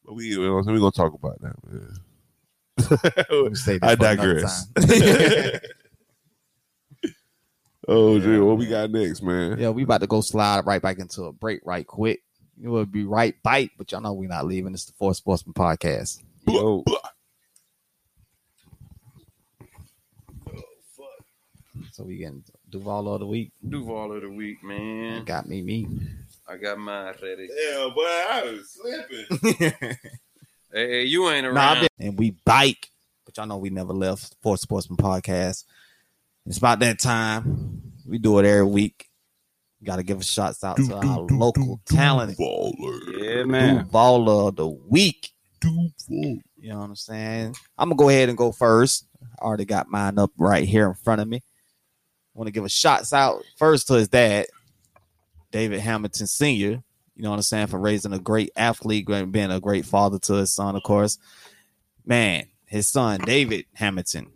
but we, we gonna talk about that, Let man. me say that I for another digress. time. oh, gee, Yeah, what we man. got next, man? yeah, we about to go slide right back into a break right quick. It will be right bite, but y'all know we're not leaving. It's the Four Sportsman Podcast. Yo. So we can Duval of the week. duval of the week man Got me, me. i got mine ready Yeah, boy, I was slipping. hey, hey, you ain't around Nah, I've been- and we bike, but y'all know we never left Four Sportsman Podcast. It's about that time. We do it every week. Got to give a shouts out to our local talent. Baller. yeah Blue man baller of the week. Duval. You know what I'm saying? I'm gonna go ahead and go first. I already got mine up right here in front of me. want to give a shots out first to his dad, David Hamilton Sr. You know what I'm saying for raising a great athlete and being a great father to his son, of course. Man, his son David Hamilton,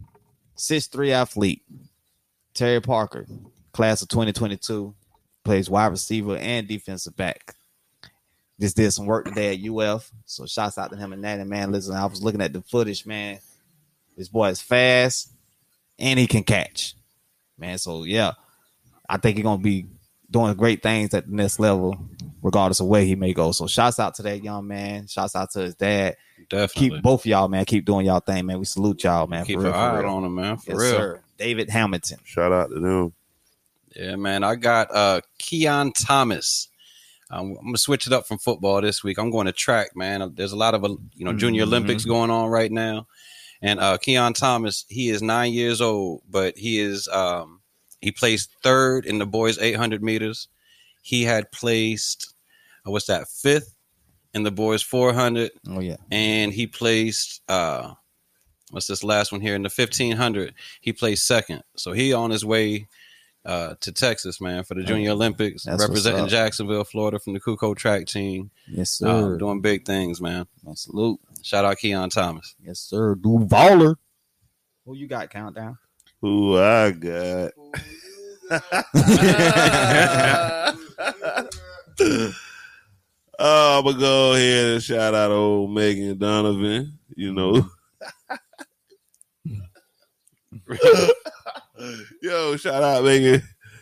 six three athlete, Terry Parker, class of 2022, plays wide receiver and defensive back just did some work today at UF. So shouts out to him and that. And man, listen, I was looking at the footage, man. This boy is fast and he can catch. Man, so yeah. I think he's gonna be doing great things at the next level, regardless of where he may go. So shouts out to that young man. Shouts out to his dad. definitely Keep both y'all, man. Keep doing y'all thing, man. We salute y'all, man. Keep for real, an eye for real. on him, man. For yes, real. sir. David Hamilton. Shout out to them. Yeah, man. I got uh Keon Thomas. Um, I'm, I'm gonna switch it up from football this week. I'm going to track, man. There's a lot of uh, you know Junior Mhm. Olympics going on right now, and uh Keon Thomas. He is nine years old, but he is um he placed third in the boys 800 meters. He had placed uh, what's that fifth in the boys 400 Oh yeah. and he placed uh what's this last one here in the 1500 he placed second so he on his way uh to texas man for the junior olympics That's what's representing up. jacksonville florida from the kuko track team Yes, uh, sir. doing big things man Man, salute. shout out keon thomas Yes, sir. Duvaller. Who you got countdown? Who I got? oh, I'm gonna go ahead and shout out old Megan Donovan. You know, Mm-hmm. yo, shout out Megan.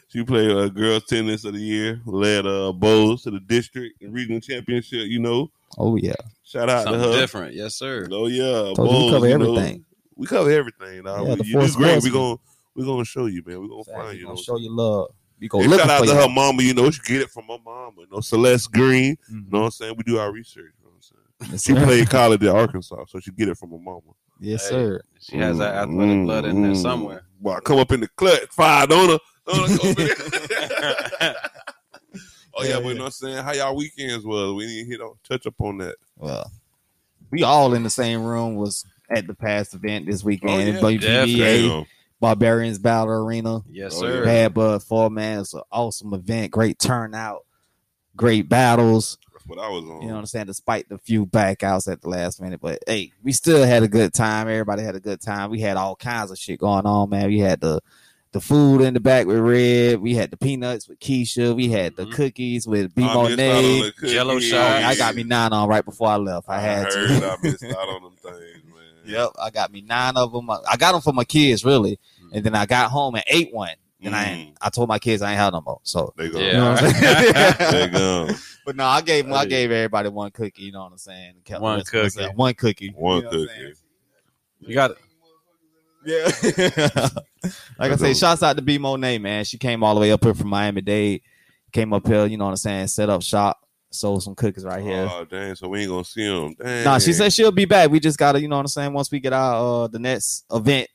She played uh, girls tennis of the year, led uh, Bowles to the district and regional championship. You know, Oh yeah, shout out Something to her. different. Yes, sir. Oh yeah, told you we cover know, everything. we cover everything. Now. Yeah, the you do fourth great. sports- We gonna we gonna show you, man. We gonna find Exactly. you. Gonna know. show you love. You go And looking shout out for to you. her mama. You know, she get it from her mama. You know, Celeste Green. You know what I'm saying? We do our research. You know what I'm saying? Mm-hmm. Yes, She sir. played college at Arkansas, so she get it from her mama. Yes, Hey. sir. She has that athletic Mm, blood in there mm. somewhere. Well, I come up in the clutch, fired on her. Oh, On her, come up in- oh yeah, Yeah, but yeah. you know what I'm saying? How y'all weekends was? We didn't hit on touch up on that. Well, we all in the same room was at the past event this weekend. yeah, Oh, BBA, Damn. Barbarians Battle Arena. Yes, Oh, sir. Bad Bud Four Man. It's an awesome event. Great turnout. Great battles. That's what I was on. You know what I'm saying? Despite the few backouts at the last minute. But hey, we still had a good time. Everybody had a good time. We had all kinds of shit going on, man. We had the the food in the back with Red. We had the peanuts with Keisha. We had the Mhm. cookies with B I missed out on Monet. Mm-hmm. the cookies. Jell-O Oh, shot. I got me nine on right before I left. I had to. heard I missed out on them things, man. Yep, I got me nine of them. I I got them for my kids, really. Mm. And then I got home and ate one. And I ain't, I told my kids I ain't had no more. So, They go. you know Yeah. what I'm They saying? go. but no, I gave 'em- I That is- gave everybody one cookie. You know what I'm saying? Kept the One rest of us cookie. at One cookie. One You know what I'm cookie. You got it. saying? Yeah. like I That's say, all. shouts out to B Monet, man. She came all the way up here from Miami Dade. Came up here, you know what I'm saying? Set up shop, sold some cookies right here. Oh dang! So we ain't gonna see them. Dang. Nah, she said she'll be back. We just gotta, you know what I'm saying. Once we get our uh the next event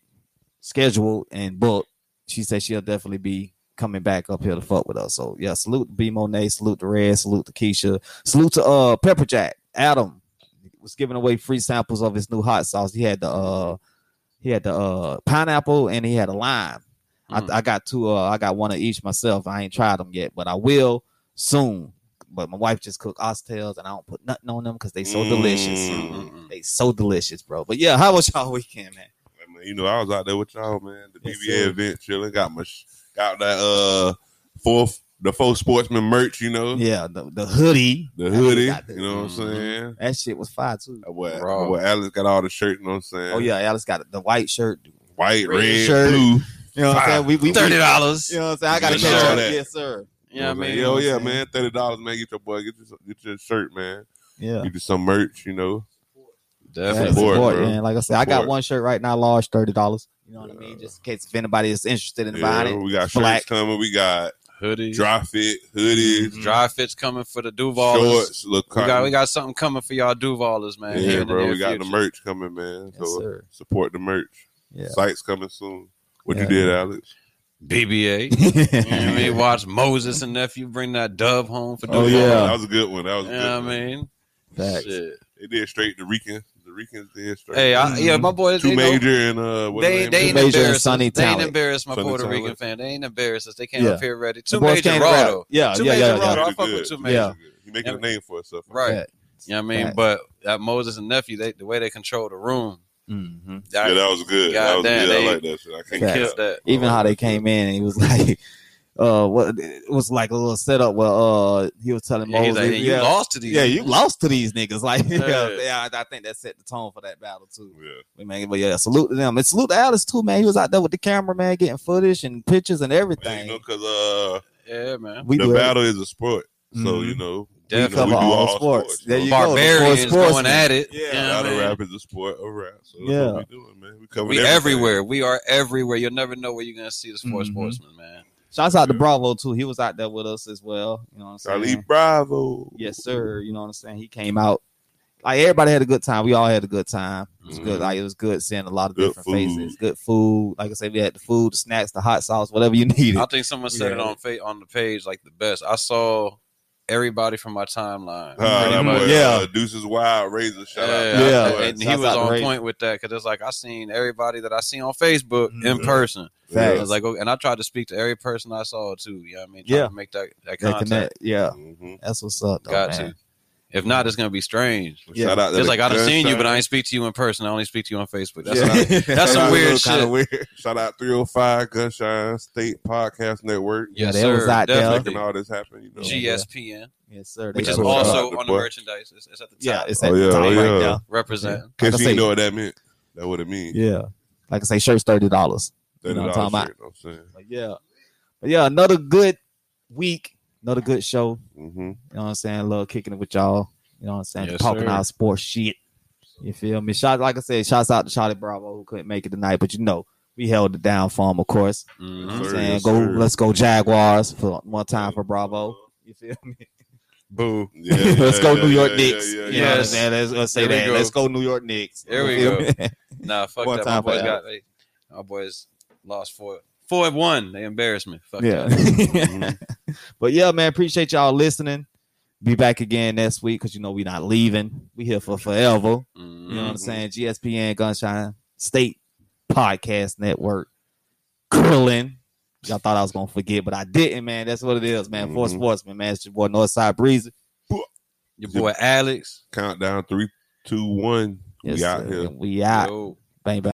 scheduled and booked, she said she'll definitely be coming back up here to fuck with us. So yeah, salute to B Monet, salute to Red, salute to Keisha, salute to uh Pepper Jack, Adam was giving away free samples of his new hot sauce. He had the uh he had the uh pineapple and he had a lime. Mm. I, I got two uh I got one of each myself. I ain't tried them yet, but I will soon. But my wife just cooked oxtails and I don't put nothing on them because they so delicious. Mm. Mm-mm-mm. They so delicious, bro. But yeah, how was y'all weekend, man? I mean, you know, I was out there with y'all, man. The Yes, BBA sir. event, chilling. Got my, sh- got that uh, fourth the four sportsman merch. You know, Yeah, the, the hoodie. Mm-hmm. the That's what we hoodie. got there. You Oh, know what I'm Mhm. saying? That shit was fire too. What? Raw. What? Alex got all the shirt. You know what I'm saying? Oh yeah, Alice got the white shirt. white, Red red, shirt. blue. You know what I'm saying? We we, we Thirty you know dollars. what I'm saying? I gotta Yes, catch sir. up. Yes, sir. You know what I mean? Oh yeah, Yes, man. Thirty dollars, man. Get your boy. Get your get your shirt, man. Yeah. Get you some merch. You know. That's Definitely. Support, support, bro. man. Like I said, I got Support. one shirt right now, large, thirty dollars. You know what I Yeah. mean? Just in case if anybody is interested in Yeah, buying it. we got shirts black. coming. We got Hoodie. dry fit hoodies, Mhm. Dry fits coming for the Duvallers. shorts. Look, We got we got something coming for y'all Duvallers, man. here yeah, in the bro. near We got the future. merch coming, man. Yes, So sir. support the merch. Yeah. Sites coming soon. What Yeah. you did, Alex? BBA. You know what I mean? Watch Moses and nephew bring that dub home for Oh, Duval. yeah. that was a good one. That was a You good know what one. I mean? Facts. Shit. They did straight the Rican. The Ricans did straight. Hey, I, yeah, my boys. two they know- major and uh, what They, they ain't Major and embarrassed. us. Sonny They ain't Talent. embarrassed my Sonny Puerto Talent. Rican fan. They ain't embarrassed us. They came Yeah. up here ready. The Two boys major came to raw rap. though. Yeah, Two yeah, major yeah, raw. yeah. I fuck with two major. Yeah. You making a name for yourself, Yeah. Right. You know what I mean? Facts. But that Moses and nephew, they the way they control the room. Mm-hmm. Yeah, that was good. that was Goddamn, good. I they- like that shit. I They can't Facts. killed that. even Oh, how they that's came in and he was like uh what it was like a little setup where uh he was telling Yeah, he's Moses like, you yeah, lost to these. yeah, you lost to these niggas like yeah, Yeah. yeah I, I think that set the tone for that battle too Yeah. but, man but yeah salute to them and salute to Alice too man he was out there with the camera man getting footage and pictures and Man, everything you know, cause uh, Yeah, man. we the do it. battle is a sport, so Mhm. you know, Definitely. you know, cover all sports. There you know. you go. Barbarians the sports going man. at it. Yeah. You know what I Battle mean? rap is a sport of rap. So that's Yeah. what we doing, man. We covering We everything. everywhere. We are everywhere. You'll never know where you're gonna see the 4 Mhm. Mm-hmm. sportsman, man. shouts out to Yeah. Bravo too he was out there with us as well you know what I'm saying Charlie Bravo. yes sir you know what I'm saying he came out like everybody had a good time we all had a good time It was good. Mhm. Like it was good seeing a lot of Good different food. faces. Good food. Like I said, we had the food, the snacks, the hot sauce, whatever you needed. I think someone said it Yeah. on fa- on the page like the best. I saw everybody from my timeline. Ah, that Mhm. boy, Yeah. uh, Deuces Wild Razor. Shout out. yeah, to Yeah. that I- boy. and he Shouts was out to on Ray. point with that because it's like I seen everybody that I seen on Facebook in Mhm. person. Facts. I was like, okay, and I tried to speak to every person I saw too. You know what I mean? Trying Yeah. to make that, that They contact. connect. Yeah, Mhm. that's what's up. Though, Got man. to. If not, it's gonna be strange. Yeah. Shout out. to It's the like I done seen you, Gunshine. but I ain't speak to you in person. I only speak to you on Facebook. That's Yeah. what I- that's some Shout out weird to shit. weird. Shout out 305 Gunshine State Podcast Network. Yeah, Yes, they was sir. out there. Definitely. Making all this happen, you know. G- GSPN, yes, sir. which They is got what's us also up. on the Boy. merchandise. It's, it's at the Yeah, top. it's Oh, at yeah, the top oh, yeah. right now. Represent. Like I Cause you say- know what that meant. That what it means. Yeah, like I say, shirts thirty dollars. That You know is what I'm all talking shit, I'm saying. Like, yeah, But yeah, another good week, another good show. Mm-hmm. You know what I'm saying? Love kicking it with y'all. You know what I'm saying? Yes, Talking sir. our sports shit. You feel me? Shout like I said, shouts out to Charlie Bravo who couldn't make it tonight, but you know, we held it down for him, of course. You know Mhm. what I'm Sir, saying? yes, go sir. let's go Jaguars for one time for Bravo. You feel me? Boo. Yeah, let's yeah, go yeah, New York yeah, Knicks. Yeah, yeah, You know what I'm Yes. saying? Let's, let's say Here we that. go. Let's go New York Knicks. Here we You feel me? Nah, fuck One that. time My boys for got they, my boys lost four four and one. They embarrassed me. Fuck yeah. that. But yeah, man, appreciate y'all listening. Be back again next week because you know we not leaving. We here for forever. You Mm-hmm. know what I'm Mhm. saying? GSPN Gunshine State Podcast Network. Curling. Y'all thought I was gonna forget, but I didn't, man. That's what it is, man. For Mhm. sportsman, man. It's your boy Northside Breezy. Your boy Alex. Countdown three, two, one. Yes, we out sir. here. We out. Yo. Bang bang.